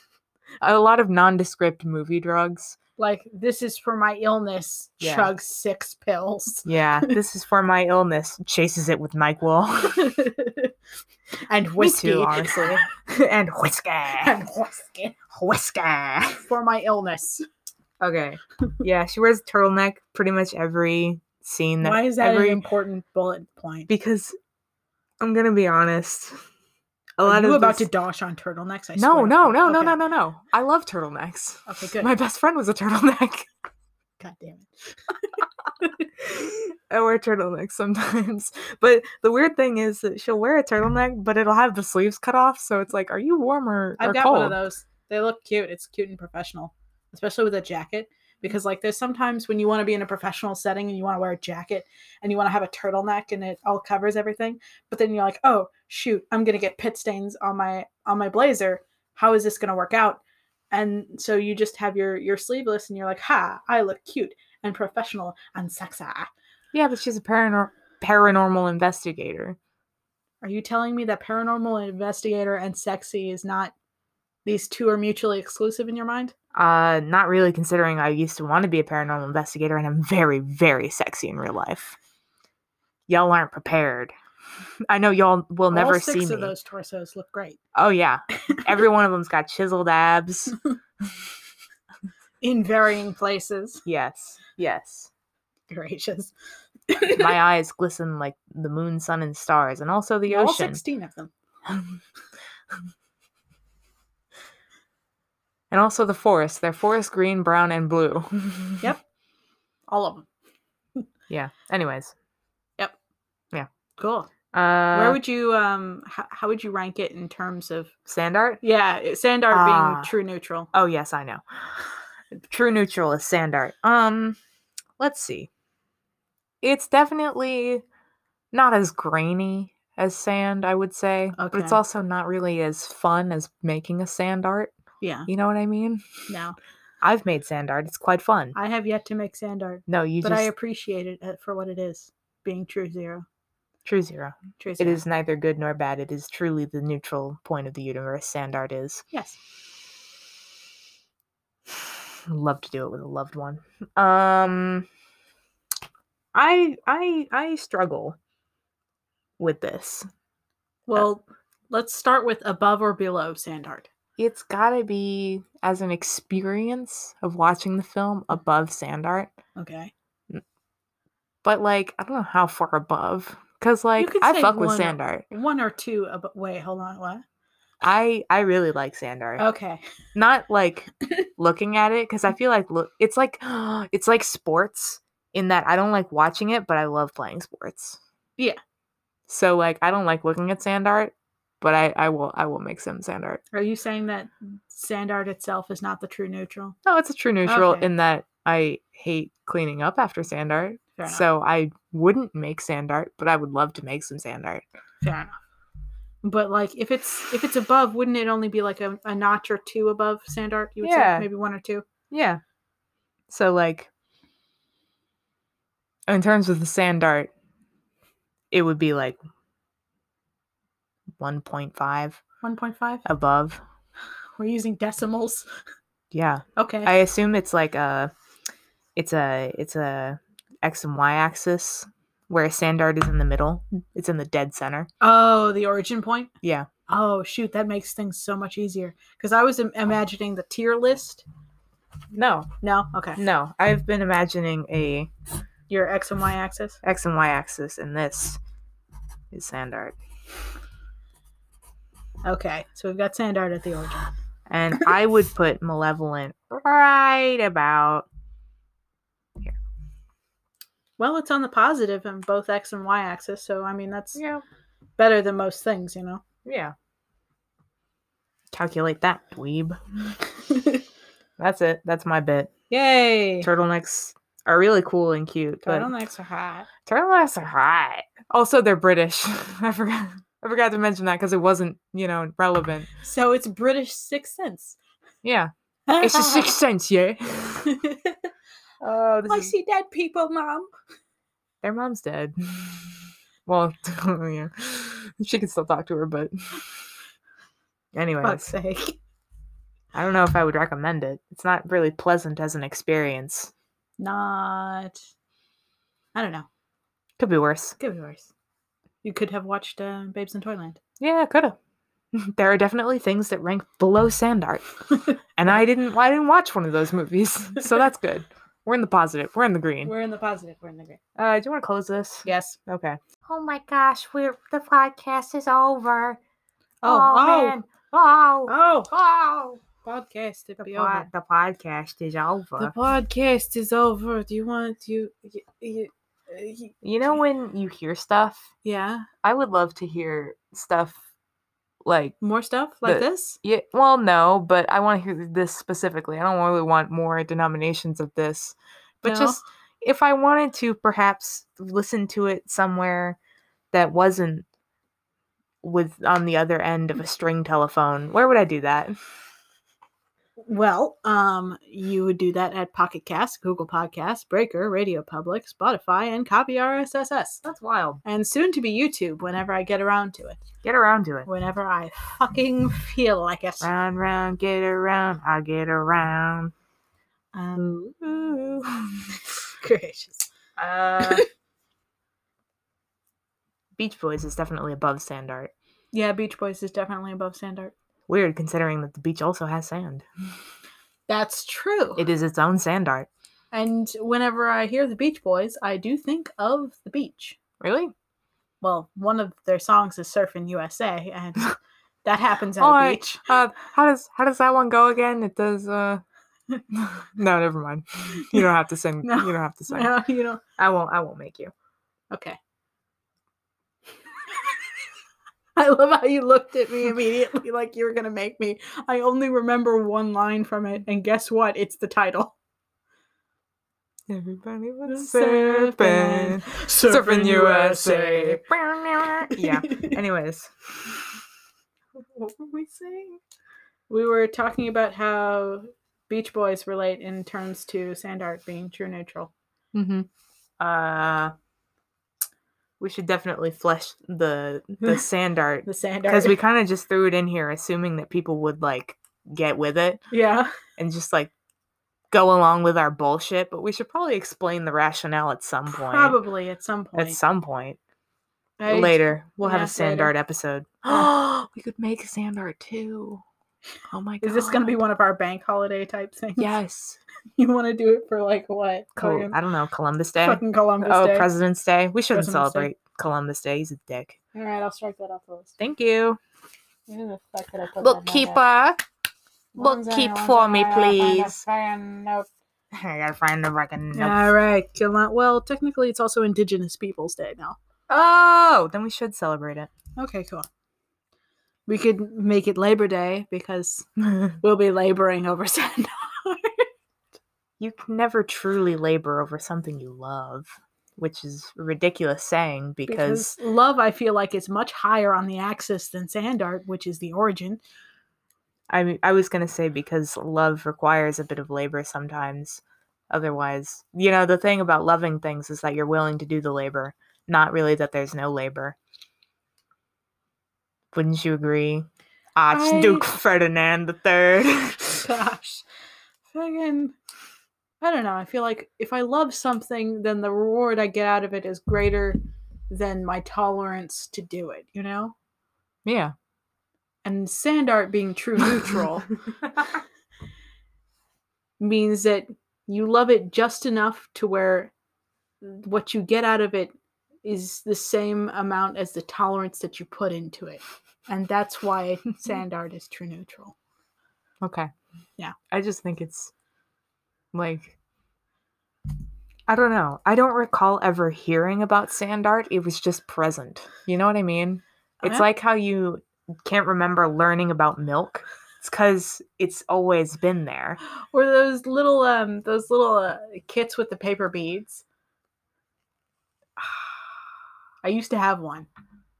[SPEAKER 2] [laughs] a lot of nondescript movie drugs
[SPEAKER 1] Like this is for my illness.
[SPEAKER 2] Yeah.
[SPEAKER 1] Chug six pills. [laughs]
[SPEAKER 2] yeah this is for my illness chases it with
[SPEAKER 1] [laughs]
[SPEAKER 2] nyquil
[SPEAKER 1] and whiskey. [laughs]
[SPEAKER 2] Me too, honestly. and whiskey.
[SPEAKER 1] and whiskey.
[SPEAKER 2] Whiskey.
[SPEAKER 1] For my illness.
[SPEAKER 2] Okay. Yeah, she wears a turtleneck pretty much every scene that
[SPEAKER 1] Why is that
[SPEAKER 2] every
[SPEAKER 1] an important bullet point?
[SPEAKER 2] because I'm gonna be honest. A lot
[SPEAKER 1] Are you
[SPEAKER 2] of
[SPEAKER 1] about
[SPEAKER 2] this-
[SPEAKER 1] to dosh on turtlenecks? I
[SPEAKER 2] No,
[SPEAKER 1] swear.
[SPEAKER 2] no, no, no,
[SPEAKER 1] Okay.
[SPEAKER 2] no, no, no. I love turtlenecks.
[SPEAKER 1] Okay, good.
[SPEAKER 2] My best friend was a turtleneck. [laughs]
[SPEAKER 1] God damn it.
[SPEAKER 2] I wear turtlenecks sometimes. But the weird thing is that she'll wear a turtleneck, but it'll have the sleeves cut off. So it's like, are you warm or,
[SPEAKER 1] I've
[SPEAKER 2] or
[SPEAKER 1] got
[SPEAKER 2] cold?
[SPEAKER 1] one of those. They look cute. It's cute and professional, especially with a jacket. Because like there's sometimes when you want to be in a professional setting and you want to wear a jacket and you want to have a turtleneck and it all covers everything, but then you're like, oh shoot, I'm gonna get pit stains on my on my blazer. How is this gonna work out? And so you just have your your sleeveless and you're like, ha, I look cute and professional and sexy.
[SPEAKER 2] Yeah, but she's a paranor- paranormal investigator.
[SPEAKER 1] Are you telling me that paranormal investigator and sexy is not these two are mutually exclusive in your mind?
[SPEAKER 2] Uh, not really considering I used to want to be a paranormal investigator and I'm very, very sexy in real life. Y'all aren't prepared. [laughs] I know y'all will never
[SPEAKER 1] all six
[SPEAKER 2] see me.
[SPEAKER 1] of those torsos look great.
[SPEAKER 2] Oh yeah, every
[SPEAKER 1] [laughs]
[SPEAKER 2] one of them's got chiseled abs.
[SPEAKER 1] in varying places. [laughs]
[SPEAKER 2] Yes, yes.
[SPEAKER 1] Gracious. [laughs]
[SPEAKER 2] My eyes glisten like the moon, sun, and stars, and also the
[SPEAKER 1] All
[SPEAKER 2] ocean.
[SPEAKER 1] 16 of them.
[SPEAKER 2] and also the forest. They're forest green, brown, and blue.
[SPEAKER 1] Yep. All of them.
[SPEAKER 2] [laughs] Yeah. Anyways,
[SPEAKER 1] Cool.
[SPEAKER 2] uh,
[SPEAKER 1] Where would you um how, how would you rank it in terms of
[SPEAKER 2] sand art?
[SPEAKER 1] yeah, it- sand art
[SPEAKER 2] Ah.
[SPEAKER 1] being true neutral.
[SPEAKER 2] Oh yes, I know. True neutral is sand art. Um, let's see. It's definitely not as grainy as sand, I would say, but it's
[SPEAKER 1] Okay.
[SPEAKER 2] also not really as fun as making a sand art.
[SPEAKER 1] Yeah.
[SPEAKER 2] You know what I mean?
[SPEAKER 1] No.
[SPEAKER 2] I've made sand art. It's quite fun.
[SPEAKER 1] I have yet to make sand art,
[SPEAKER 2] no, you
[SPEAKER 1] but
[SPEAKER 2] just
[SPEAKER 1] I appreciate it uh, for what it is, being true zero.
[SPEAKER 2] true zero.
[SPEAKER 1] True
[SPEAKER 2] It
[SPEAKER 1] zero.
[SPEAKER 2] is neither good nor bad. It is truly the neutral point of the universe. Sand art is.
[SPEAKER 1] Yes.
[SPEAKER 2] love to do it with a loved one um i i i struggle with this
[SPEAKER 1] Well, let's start with above or below Sandart.
[SPEAKER 2] It's gotta be as an experience of watching the film above sand art,
[SPEAKER 1] Okay.
[SPEAKER 2] but like I don't know how far above, cause like
[SPEAKER 1] could
[SPEAKER 2] I
[SPEAKER 1] say
[SPEAKER 2] fuck with
[SPEAKER 1] one-
[SPEAKER 2] sand art.
[SPEAKER 1] One or two. Ab- wait, hold on. What?
[SPEAKER 2] I I really like sand art.
[SPEAKER 1] Okay.
[SPEAKER 2] Not like
[SPEAKER 1] [laughs]
[SPEAKER 2] looking at it, cause I feel like look, it's like [gasps] it's like sports in that I don't like watching it, but I love playing sports.
[SPEAKER 1] Yeah.
[SPEAKER 2] So like I don't like looking at sand art, but I I will I will make some sand art.
[SPEAKER 1] Are you saying that Sandart itself is not the true neutral?
[SPEAKER 2] No, Oh, it's a true neutral
[SPEAKER 1] Okay.
[SPEAKER 2] in that I hate cleaning up after sand art.
[SPEAKER 1] Fair enough.
[SPEAKER 2] So I wouldn't make sand art, but I would love to make some sand art.
[SPEAKER 1] Fair enough. But like, if it's if it's above, wouldn't it only be like a, a notch or two above Sandart? You would
[SPEAKER 2] Yeah.
[SPEAKER 1] say maybe one or two.
[SPEAKER 2] Yeah. So like in terms of the sand art, it would be like 1.5
[SPEAKER 1] One point five.
[SPEAKER 2] above.
[SPEAKER 1] We're using decimals.
[SPEAKER 2] Yeah.
[SPEAKER 1] Okay.
[SPEAKER 2] I assume it's like a it's a it's a x and y axis where sand art is in the middle. It's in the dead center.
[SPEAKER 1] oh, the origin point.
[SPEAKER 2] Yeah.
[SPEAKER 1] Oh shoot, that makes things so much easier. Because I was Im- imagining the tier list.
[SPEAKER 2] No.
[SPEAKER 1] No. Okay.
[SPEAKER 2] No. I've been imagining a
[SPEAKER 1] Your x and y axis.
[SPEAKER 2] x and y axis and this is sand art.
[SPEAKER 1] Okay. So we've got Sandart at the origin.
[SPEAKER 2] and I would put Malevolent right about.
[SPEAKER 1] Well, it's on the positive on both x and y axis, so I mean that's
[SPEAKER 2] Yeah,
[SPEAKER 1] better than most things, you
[SPEAKER 2] [laughs]
[SPEAKER 1] know.
[SPEAKER 2] yeah. Calculate that, dweeb. That's it. That's my bit.
[SPEAKER 1] Yay!
[SPEAKER 2] Turtlenecks are really cool and cute, but
[SPEAKER 1] Turtlenecks are hot.
[SPEAKER 2] turtlenecks are hot. Also, they're British. [laughs] I forgot. I forgot to mention that because it wasn't, you know, relevant.
[SPEAKER 1] So it's British Sixth Sense.
[SPEAKER 2] Yeah, it's the [laughs]
[SPEAKER 1] [laughs]
[SPEAKER 2] sixth sense, yeah. Oh, this
[SPEAKER 1] I
[SPEAKER 2] is-
[SPEAKER 1] see dead people, Mom.
[SPEAKER 2] their mom's dead. [laughs] well, [laughs] yeah, she can still talk to her, but [laughs] anyway,
[SPEAKER 1] Fuck's sake.
[SPEAKER 2] I don't know if I would recommend it. It's not really pleasant as an experience.
[SPEAKER 1] Not. I don't know.
[SPEAKER 2] Could be worse.
[SPEAKER 1] Could be worse. You could have watched uh, Babes in Toyland. [laughs]
[SPEAKER 2] Yeah, could have. [laughs] there are definitely things that rank below sand art, and I didn't. I didn't watch one of those movies, [laughs] so that's good. We're in the positive. We're in the green.
[SPEAKER 1] We're in the positive. We're in the green.
[SPEAKER 2] Uh, do you want to close this?
[SPEAKER 1] Yes.
[SPEAKER 2] Okay.
[SPEAKER 3] Oh my gosh, we're the podcast is over.
[SPEAKER 1] Oh. Oh.
[SPEAKER 3] man. Oh.
[SPEAKER 1] Oh.
[SPEAKER 3] Oh.
[SPEAKER 1] Podcast to be
[SPEAKER 2] pod-
[SPEAKER 1] over.
[SPEAKER 2] the podcast is over.
[SPEAKER 1] The podcast is over. Do you want you? you, you, you
[SPEAKER 2] you know when you hear stuff?
[SPEAKER 1] yeah.
[SPEAKER 2] I would love to hear stuff like
[SPEAKER 1] More stuff like
[SPEAKER 2] The-
[SPEAKER 1] this.
[SPEAKER 2] Yeah, well, no, but I want to hear this specifically. I don't really want more denominations of this, but
[SPEAKER 1] No?
[SPEAKER 2] just if I wanted to, perhaps listen to it somewhere that wasn't with on the other end of a string telephone. Where would I do that?
[SPEAKER 1] Well, um, you would do that at Pocket Cast, Google Podcasts, Breaker, Radio Public, Spotify, and Copy RSS,
[SPEAKER 2] That's wild.
[SPEAKER 1] and soon to be YouTube. Whenever I get around to it,
[SPEAKER 2] Get around to it.
[SPEAKER 1] whenever I fucking feel like it.
[SPEAKER 2] Round, round, get around. I get around.
[SPEAKER 1] Um,
[SPEAKER 2] Ooh.
[SPEAKER 1] [laughs] gracious.
[SPEAKER 2] Uh, [laughs] Beach Boys is definitely above sand art.
[SPEAKER 1] Yeah, Beach Boys is definitely above Sandart.
[SPEAKER 2] Weird, considering that the beach also has sand.
[SPEAKER 1] That's true.
[SPEAKER 2] It is its own sand art.
[SPEAKER 1] and whenever I hear the Beach Boys, I do think of the beach.
[SPEAKER 2] Really?
[SPEAKER 1] Well, one of their songs is "Surfing USA," and that happens at
[SPEAKER 2] Oh,
[SPEAKER 1] a
[SPEAKER 2] I-
[SPEAKER 1] beach. [laughs]
[SPEAKER 2] Uh, how does how does that one go again? It does. Uh... [laughs] no, never mind. You don't have to sing.
[SPEAKER 1] No.
[SPEAKER 2] You don't have to sing.
[SPEAKER 1] No, you know.
[SPEAKER 2] I won't. I won't make you.
[SPEAKER 1] Okay. [laughs] I love how you looked at me immediately like you were going to make me. I only remember one line from it, and guess what? It's the title.
[SPEAKER 2] Everybody was
[SPEAKER 1] Surfing.
[SPEAKER 2] surfing, surfing USA. [laughs] yeah. Anyways, what were we saying?
[SPEAKER 1] [laughs] we were talking about how Beach Boys relate in terms to sand art being true neutral.
[SPEAKER 2] Mm-hmm. Uh, we should definitely flesh the [laughs] the sand art
[SPEAKER 1] The sand art.
[SPEAKER 2] because we kind of just threw it in here, assuming that people would like get with it.
[SPEAKER 1] [laughs] yeah.
[SPEAKER 2] and just like go along with our bullshit, but we should probably explain the rationale at some point.
[SPEAKER 1] Probably at some point.
[SPEAKER 2] At some point.
[SPEAKER 1] I-
[SPEAKER 2] later. We'll have
[SPEAKER 1] yeah,
[SPEAKER 2] a sand
[SPEAKER 1] later.
[SPEAKER 2] art episode. [gasps] Oh, we could make a sand art too. Oh my god.
[SPEAKER 1] Is this going to be one of our bank holiday type things?
[SPEAKER 2] [laughs] Yes.
[SPEAKER 1] [laughs] You want to do it for like what?
[SPEAKER 2] Col-
[SPEAKER 1] Fucking-
[SPEAKER 2] I don't know. Columbus Day.
[SPEAKER 1] Fucking Columbus
[SPEAKER 2] oh,
[SPEAKER 1] Day.
[SPEAKER 2] President's Day. We shouldn't
[SPEAKER 1] President's Day.
[SPEAKER 2] celebrate Columbus Day. He's a dick.
[SPEAKER 1] All right, I'll strike that off the list.
[SPEAKER 2] Thank you.
[SPEAKER 1] Where the fuck did I put that
[SPEAKER 2] Oh,
[SPEAKER 1] note at?
[SPEAKER 2] Bookkeeper. [laughs] Bookkeep for me, please.
[SPEAKER 1] All
[SPEAKER 2] I gotta find the fucking.
[SPEAKER 1] right, Killa- Well, technically, it's also Indigenous Peoples Day now.
[SPEAKER 2] Oh, then we should celebrate it.
[SPEAKER 1] Okay, cool. We could make it Labor Day because
[SPEAKER 2] [laughs]
[SPEAKER 1] we'll be laboring over [laughs] sand.
[SPEAKER 2] you can never truly labor over something you love, which is a ridiculous saying because,
[SPEAKER 1] love, I feel like, is much higher on the axis than sand art, which is the origin.
[SPEAKER 2] I mean, I was gonna say because love requires a bit of labor sometimes. Otherwise, you know, the thing about loving things is that you're willing to do the labor, not really that there's no labor. Wouldn't you agree? Archduke
[SPEAKER 1] I-
[SPEAKER 2] [laughs] Ferdinand the Third.
[SPEAKER 1] [laughs] Gosh, fucking. I don't know. I feel like if I love something, then the reward I get out of it is greater than my tolerance to do it. You know.
[SPEAKER 2] yeah.
[SPEAKER 1] and sand art being true
[SPEAKER 2] [laughs]
[SPEAKER 1] neutral [laughs] means that you love it just enough to where what you get out of it is the same amount as the tolerance that you put into it and that's why sand art is true neutral
[SPEAKER 2] Okay.
[SPEAKER 1] Yeah.
[SPEAKER 2] I just think it's like I don't know. I don't recall ever hearing about sand art. It was just present. You know what I mean? It's
[SPEAKER 1] Yeah.
[SPEAKER 2] like how you can't remember learning about milk. It's cuz it's always been there.
[SPEAKER 1] or those little um those little uh, kits with the paper beads [sighs] i used to have one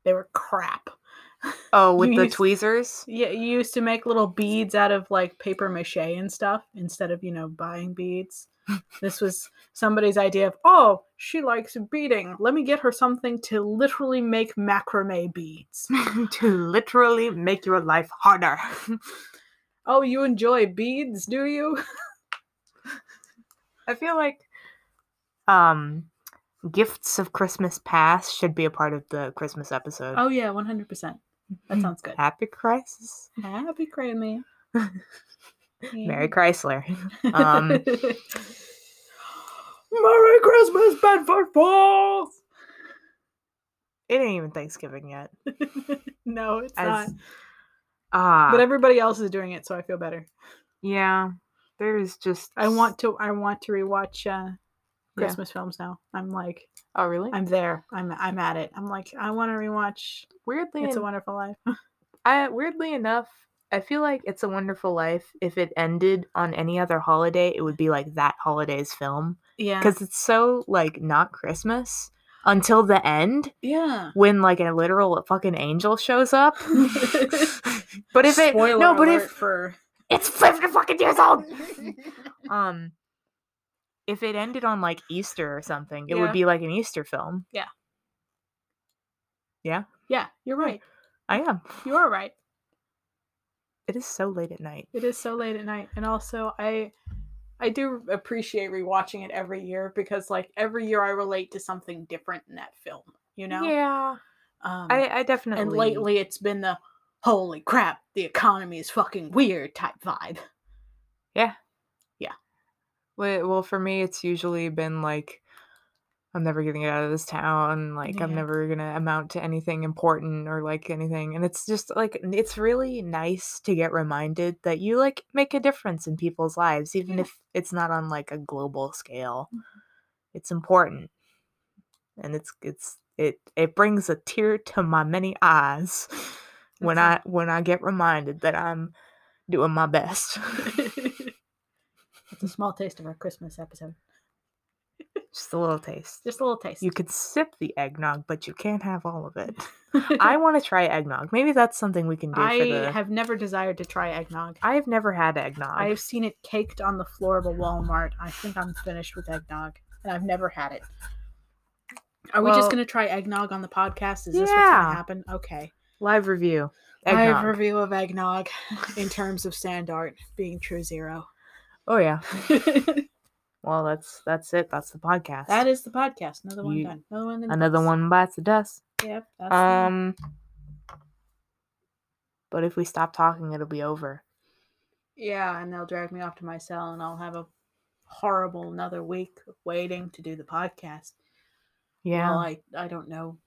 [SPEAKER 1] they were crap
[SPEAKER 2] Oh, with
[SPEAKER 1] You
[SPEAKER 2] the
[SPEAKER 1] used- [laughs]
[SPEAKER 2] tweezers?
[SPEAKER 1] Yeah, you used to make little beads out of like paper mache and stuff instead of, you know, buying [laughs] beads. this was somebody's idea of, oh, she likes beading. Let me get her something to literally make macrame [laughs] beads.
[SPEAKER 2] to literally make your life harder.
[SPEAKER 1] oh, you enjoy beads, do you?
[SPEAKER 2] [laughs] I feel like um gifts of Christmas past should be a part of the Christmas episode.
[SPEAKER 1] [laughs] Oh, yeah, 100%. [laughs] That sounds good.
[SPEAKER 2] Happy Christmas.
[SPEAKER 1] Happy [laughs] Crammy.
[SPEAKER 2] Mary Chrysler. Um,
[SPEAKER 1] [laughs] Merry Christmas, Bedford Falls!
[SPEAKER 2] it ain't even Thanksgiving yet.
[SPEAKER 1] [laughs] no, it's not.
[SPEAKER 2] As ah,
[SPEAKER 1] But everybody else is doing it, so I feel better.
[SPEAKER 2] yeah, there's just
[SPEAKER 1] I want to I want to rewatch uh Christmas films now. I'm like
[SPEAKER 2] Oh, really?
[SPEAKER 1] I'm there. I'm I'm at it. I'm like I want to rewatch
[SPEAKER 2] weirdly,
[SPEAKER 1] It's a
[SPEAKER 2] en-
[SPEAKER 1] Wonderful Life.
[SPEAKER 2] I, weirdly enough, I feel like It's a Wonderful Life. If it ended on any other holiday, it would be like that holiday's film
[SPEAKER 1] [laughs] Yeah.
[SPEAKER 2] because it's so like not Christmas until the end [laughs]
[SPEAKER 1] yeah.
[SPEAKER 2] when like a literal fucking angel shows [laughs] up. but if it no, but if
[SPEAKER 1] for
[SPEAKER 2] it's 50 fucking years old. um if it ended on like Easter or something, it
[SPEAKER 1] Yeah.
[SPEAKER 2] would be like an Easter film.
[SPEAKER 1] [laughs] Yeah, you're right.
[SPEAKER 2] I am.
[SPEAKER 1] You are right.
[SPEAKER 2] It is so late at night.
[SPEAKER 1] It is so late at night. And also I I do appreciate rewatching it every year because like every year I relate to something different in that film, you know?
[SPEAKER 2] Yeah.
[SPEAKER 1] Um,
[SPEAKER 2] I, I definitely
[SPEAKER 1] and lately it's been the holy crap, the economy is fucking weird type vibe. [laughs]
[SPEAKER 2] Wait, well for me it's usually been like I'm never getting out of this town, like I'm
[SPEAKER 1] Yeah.
[SPEAKER 2] never gonna amount to anything important or like anything. And it's just like n- it's really nice to get reminded that you like make a difference in people's lives, even
[SPEAKER 1] Yeah.
[SPEAKER 2] if it's not on like a global scale. It's important. And it's it's it it brings a tear to my many eyes [laughs] when I
[SPEAKER 1] That's
[SPEAKER 2] when I get reminded that I'm doing my best. [laughs]
[SPEAKER 1] [laughs] it's a small taste of our Christmas episode.
[SPEAKER 2] just a little taste.
[SPEAKER 1] Just a little taste.
[SPEAKER 2] You could sip the eggnog, but you can't have all of [laughs] it.
[SPEAKER 1] [laughs]
[SPEAKER 2] I want to try eggnog. Maybe that's something we can do
[SPEAKER 1] I
[SPEAKER 2] for the.
[SPEAKER 1] have never desired to try eggnog.
[SPEAKER 2] I've never had eggnog.
[SPEAKER 1] I have seen it caked on the floor of a Walmart. I think I'm finished with eggnog, and I've never had it. Are we
[SPEAKER 2] Well-
[SPEAKER 1] just going to try eggnog on the podcast? Is this what's going
[SPEAKER 2] Yeah.
[SPEAKER 1] to happen? Okay.
[SPEAKER 2] Live review.
[SPEAKER 1] I
[SPEAKER 2] Eggnog.
[SPEAKER 1] have a review of eggnog [laughs] in terms of sand art being true
[SPEAKER 2] [laughs]
[SPEAKER 1] zero.
[SPEAKER 2] oh yeah.
[SPEAKER 1] that
[SPEAKER 2] Well, that's that's it. That's the podcast.
[SPEAKER 1] is the podcast. Another one
[SPEAKER 2] You-
[SPEAKER 1] done. Another one. In the
[SPEAKER 2] Another
[SPEAKER 1] books.
[SPEAKER 2] one bites the dust.
[SPEAKER 1] Yep. That's um,
[SPEAKER 2] Um, but if we stop talking, it'll be over.
[SPEAKER 1] yeah, and they'll drag me off to my cell, and I'll have a horrible another week of waiting to do the podcast.
[SPEAKER 2] Yeah.
[SPEAKER 1] While I I don't know,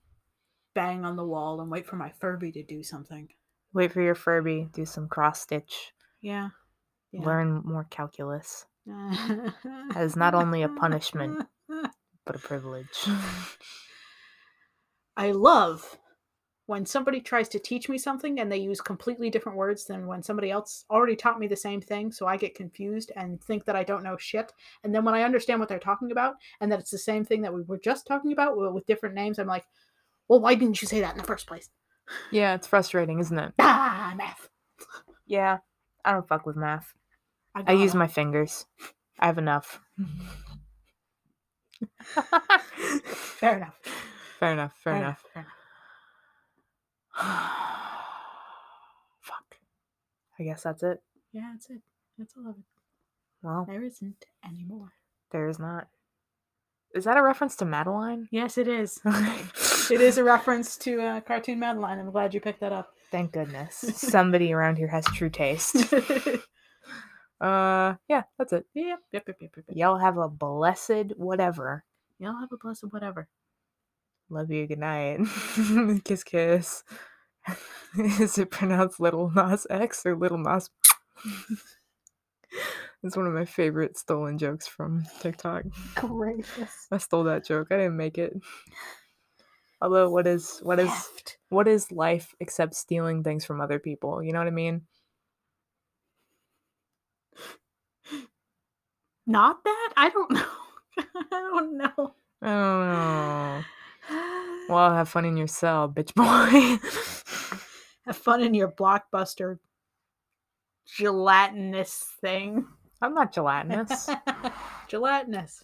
[SPEAKER 1] bang on the wall and wait for my Furby to do something.
[SPEAKER 2] Wait for your Furby. Do some cross stitch.
[SPEAKER 1] Yeah. Yeah.
[SPEAKER 2] Learn more calculus as not only a punishment but a privilege.
[SPEAKER 1] [laughs] I love when somebody tries to teach me something and they use completely different words than when somebody else already taught me the same thing, so I get confused and think that I don't know shit. And then when I understand what they're talking about and that it's the same thing that we were just talking about but with different names, I'm like, well, why didn't you say that in the first place?
[SPEAKER 2] [laughs] yeah, it's frustrating, isn't it?
[SPEAKER 1] Ah, math.
[SPEAKER 2] Yeah. I don't fuck with math. I use my fingers. I have enough.
[SPEAKER 1] fair enough.
[SPEAKER 2] [laughs] fair enough. Fair enough. [sighs]
[SPEAKER 1] fair enough.
[SPEAKER 2] Fuck. I guess that's it.
[SPEAKER 1] Yeah, that's it. That's all of it.
[SPEAKER 2] Well,
[SPEAKER 1] There isn't anymore.
[SPEAKER 2] there is not. Is that a reference to [laughs] Madeline?
[SPEAKER 1] Yes, it is.
[SPEAKER 2] [laughs]
[SPEAKER 1] it is a reference to uh, cartoon Madeline. I'm glad you picked that [laughs] up.
[SPEAKER 2] Thank goodness. Somebody around here has true taste. [laughs] Uh, yeah, that's it.
[SPEAKER 1] yep, yep, yep, yep, yep. yep.
[SPEAKER 2] Y'all have a blessed whatever.
[SPEAKER 1] Y'all have a blessed whatever.
[SPEAKER 2] Love you. Good night. [laughs] kiss, kiss. [laughs] Is it pronounced Little Nas X or Little Nas? [laughs] it's one of my favorite stolen jokes from TikTok.
[SPEAKER 1] Gracious.
[SPEAKER 2] I stole that joke. I didn't make it. Although, what is what is what is life except stealing things from other people? You know what I mean?
[SPEAKER 1] Not that? I don't know. [laughs] I don't know.
[SPEAKER 2] I don't know. Well, have fun in your cell, bitch boy. [laughs]
[SPEAKER 1] Have fun in your blockbuster gelatinous thing.
[SPEAKER 2] I'm not gelatinous.
[SPEAKER 1] [laughs] gelatinous.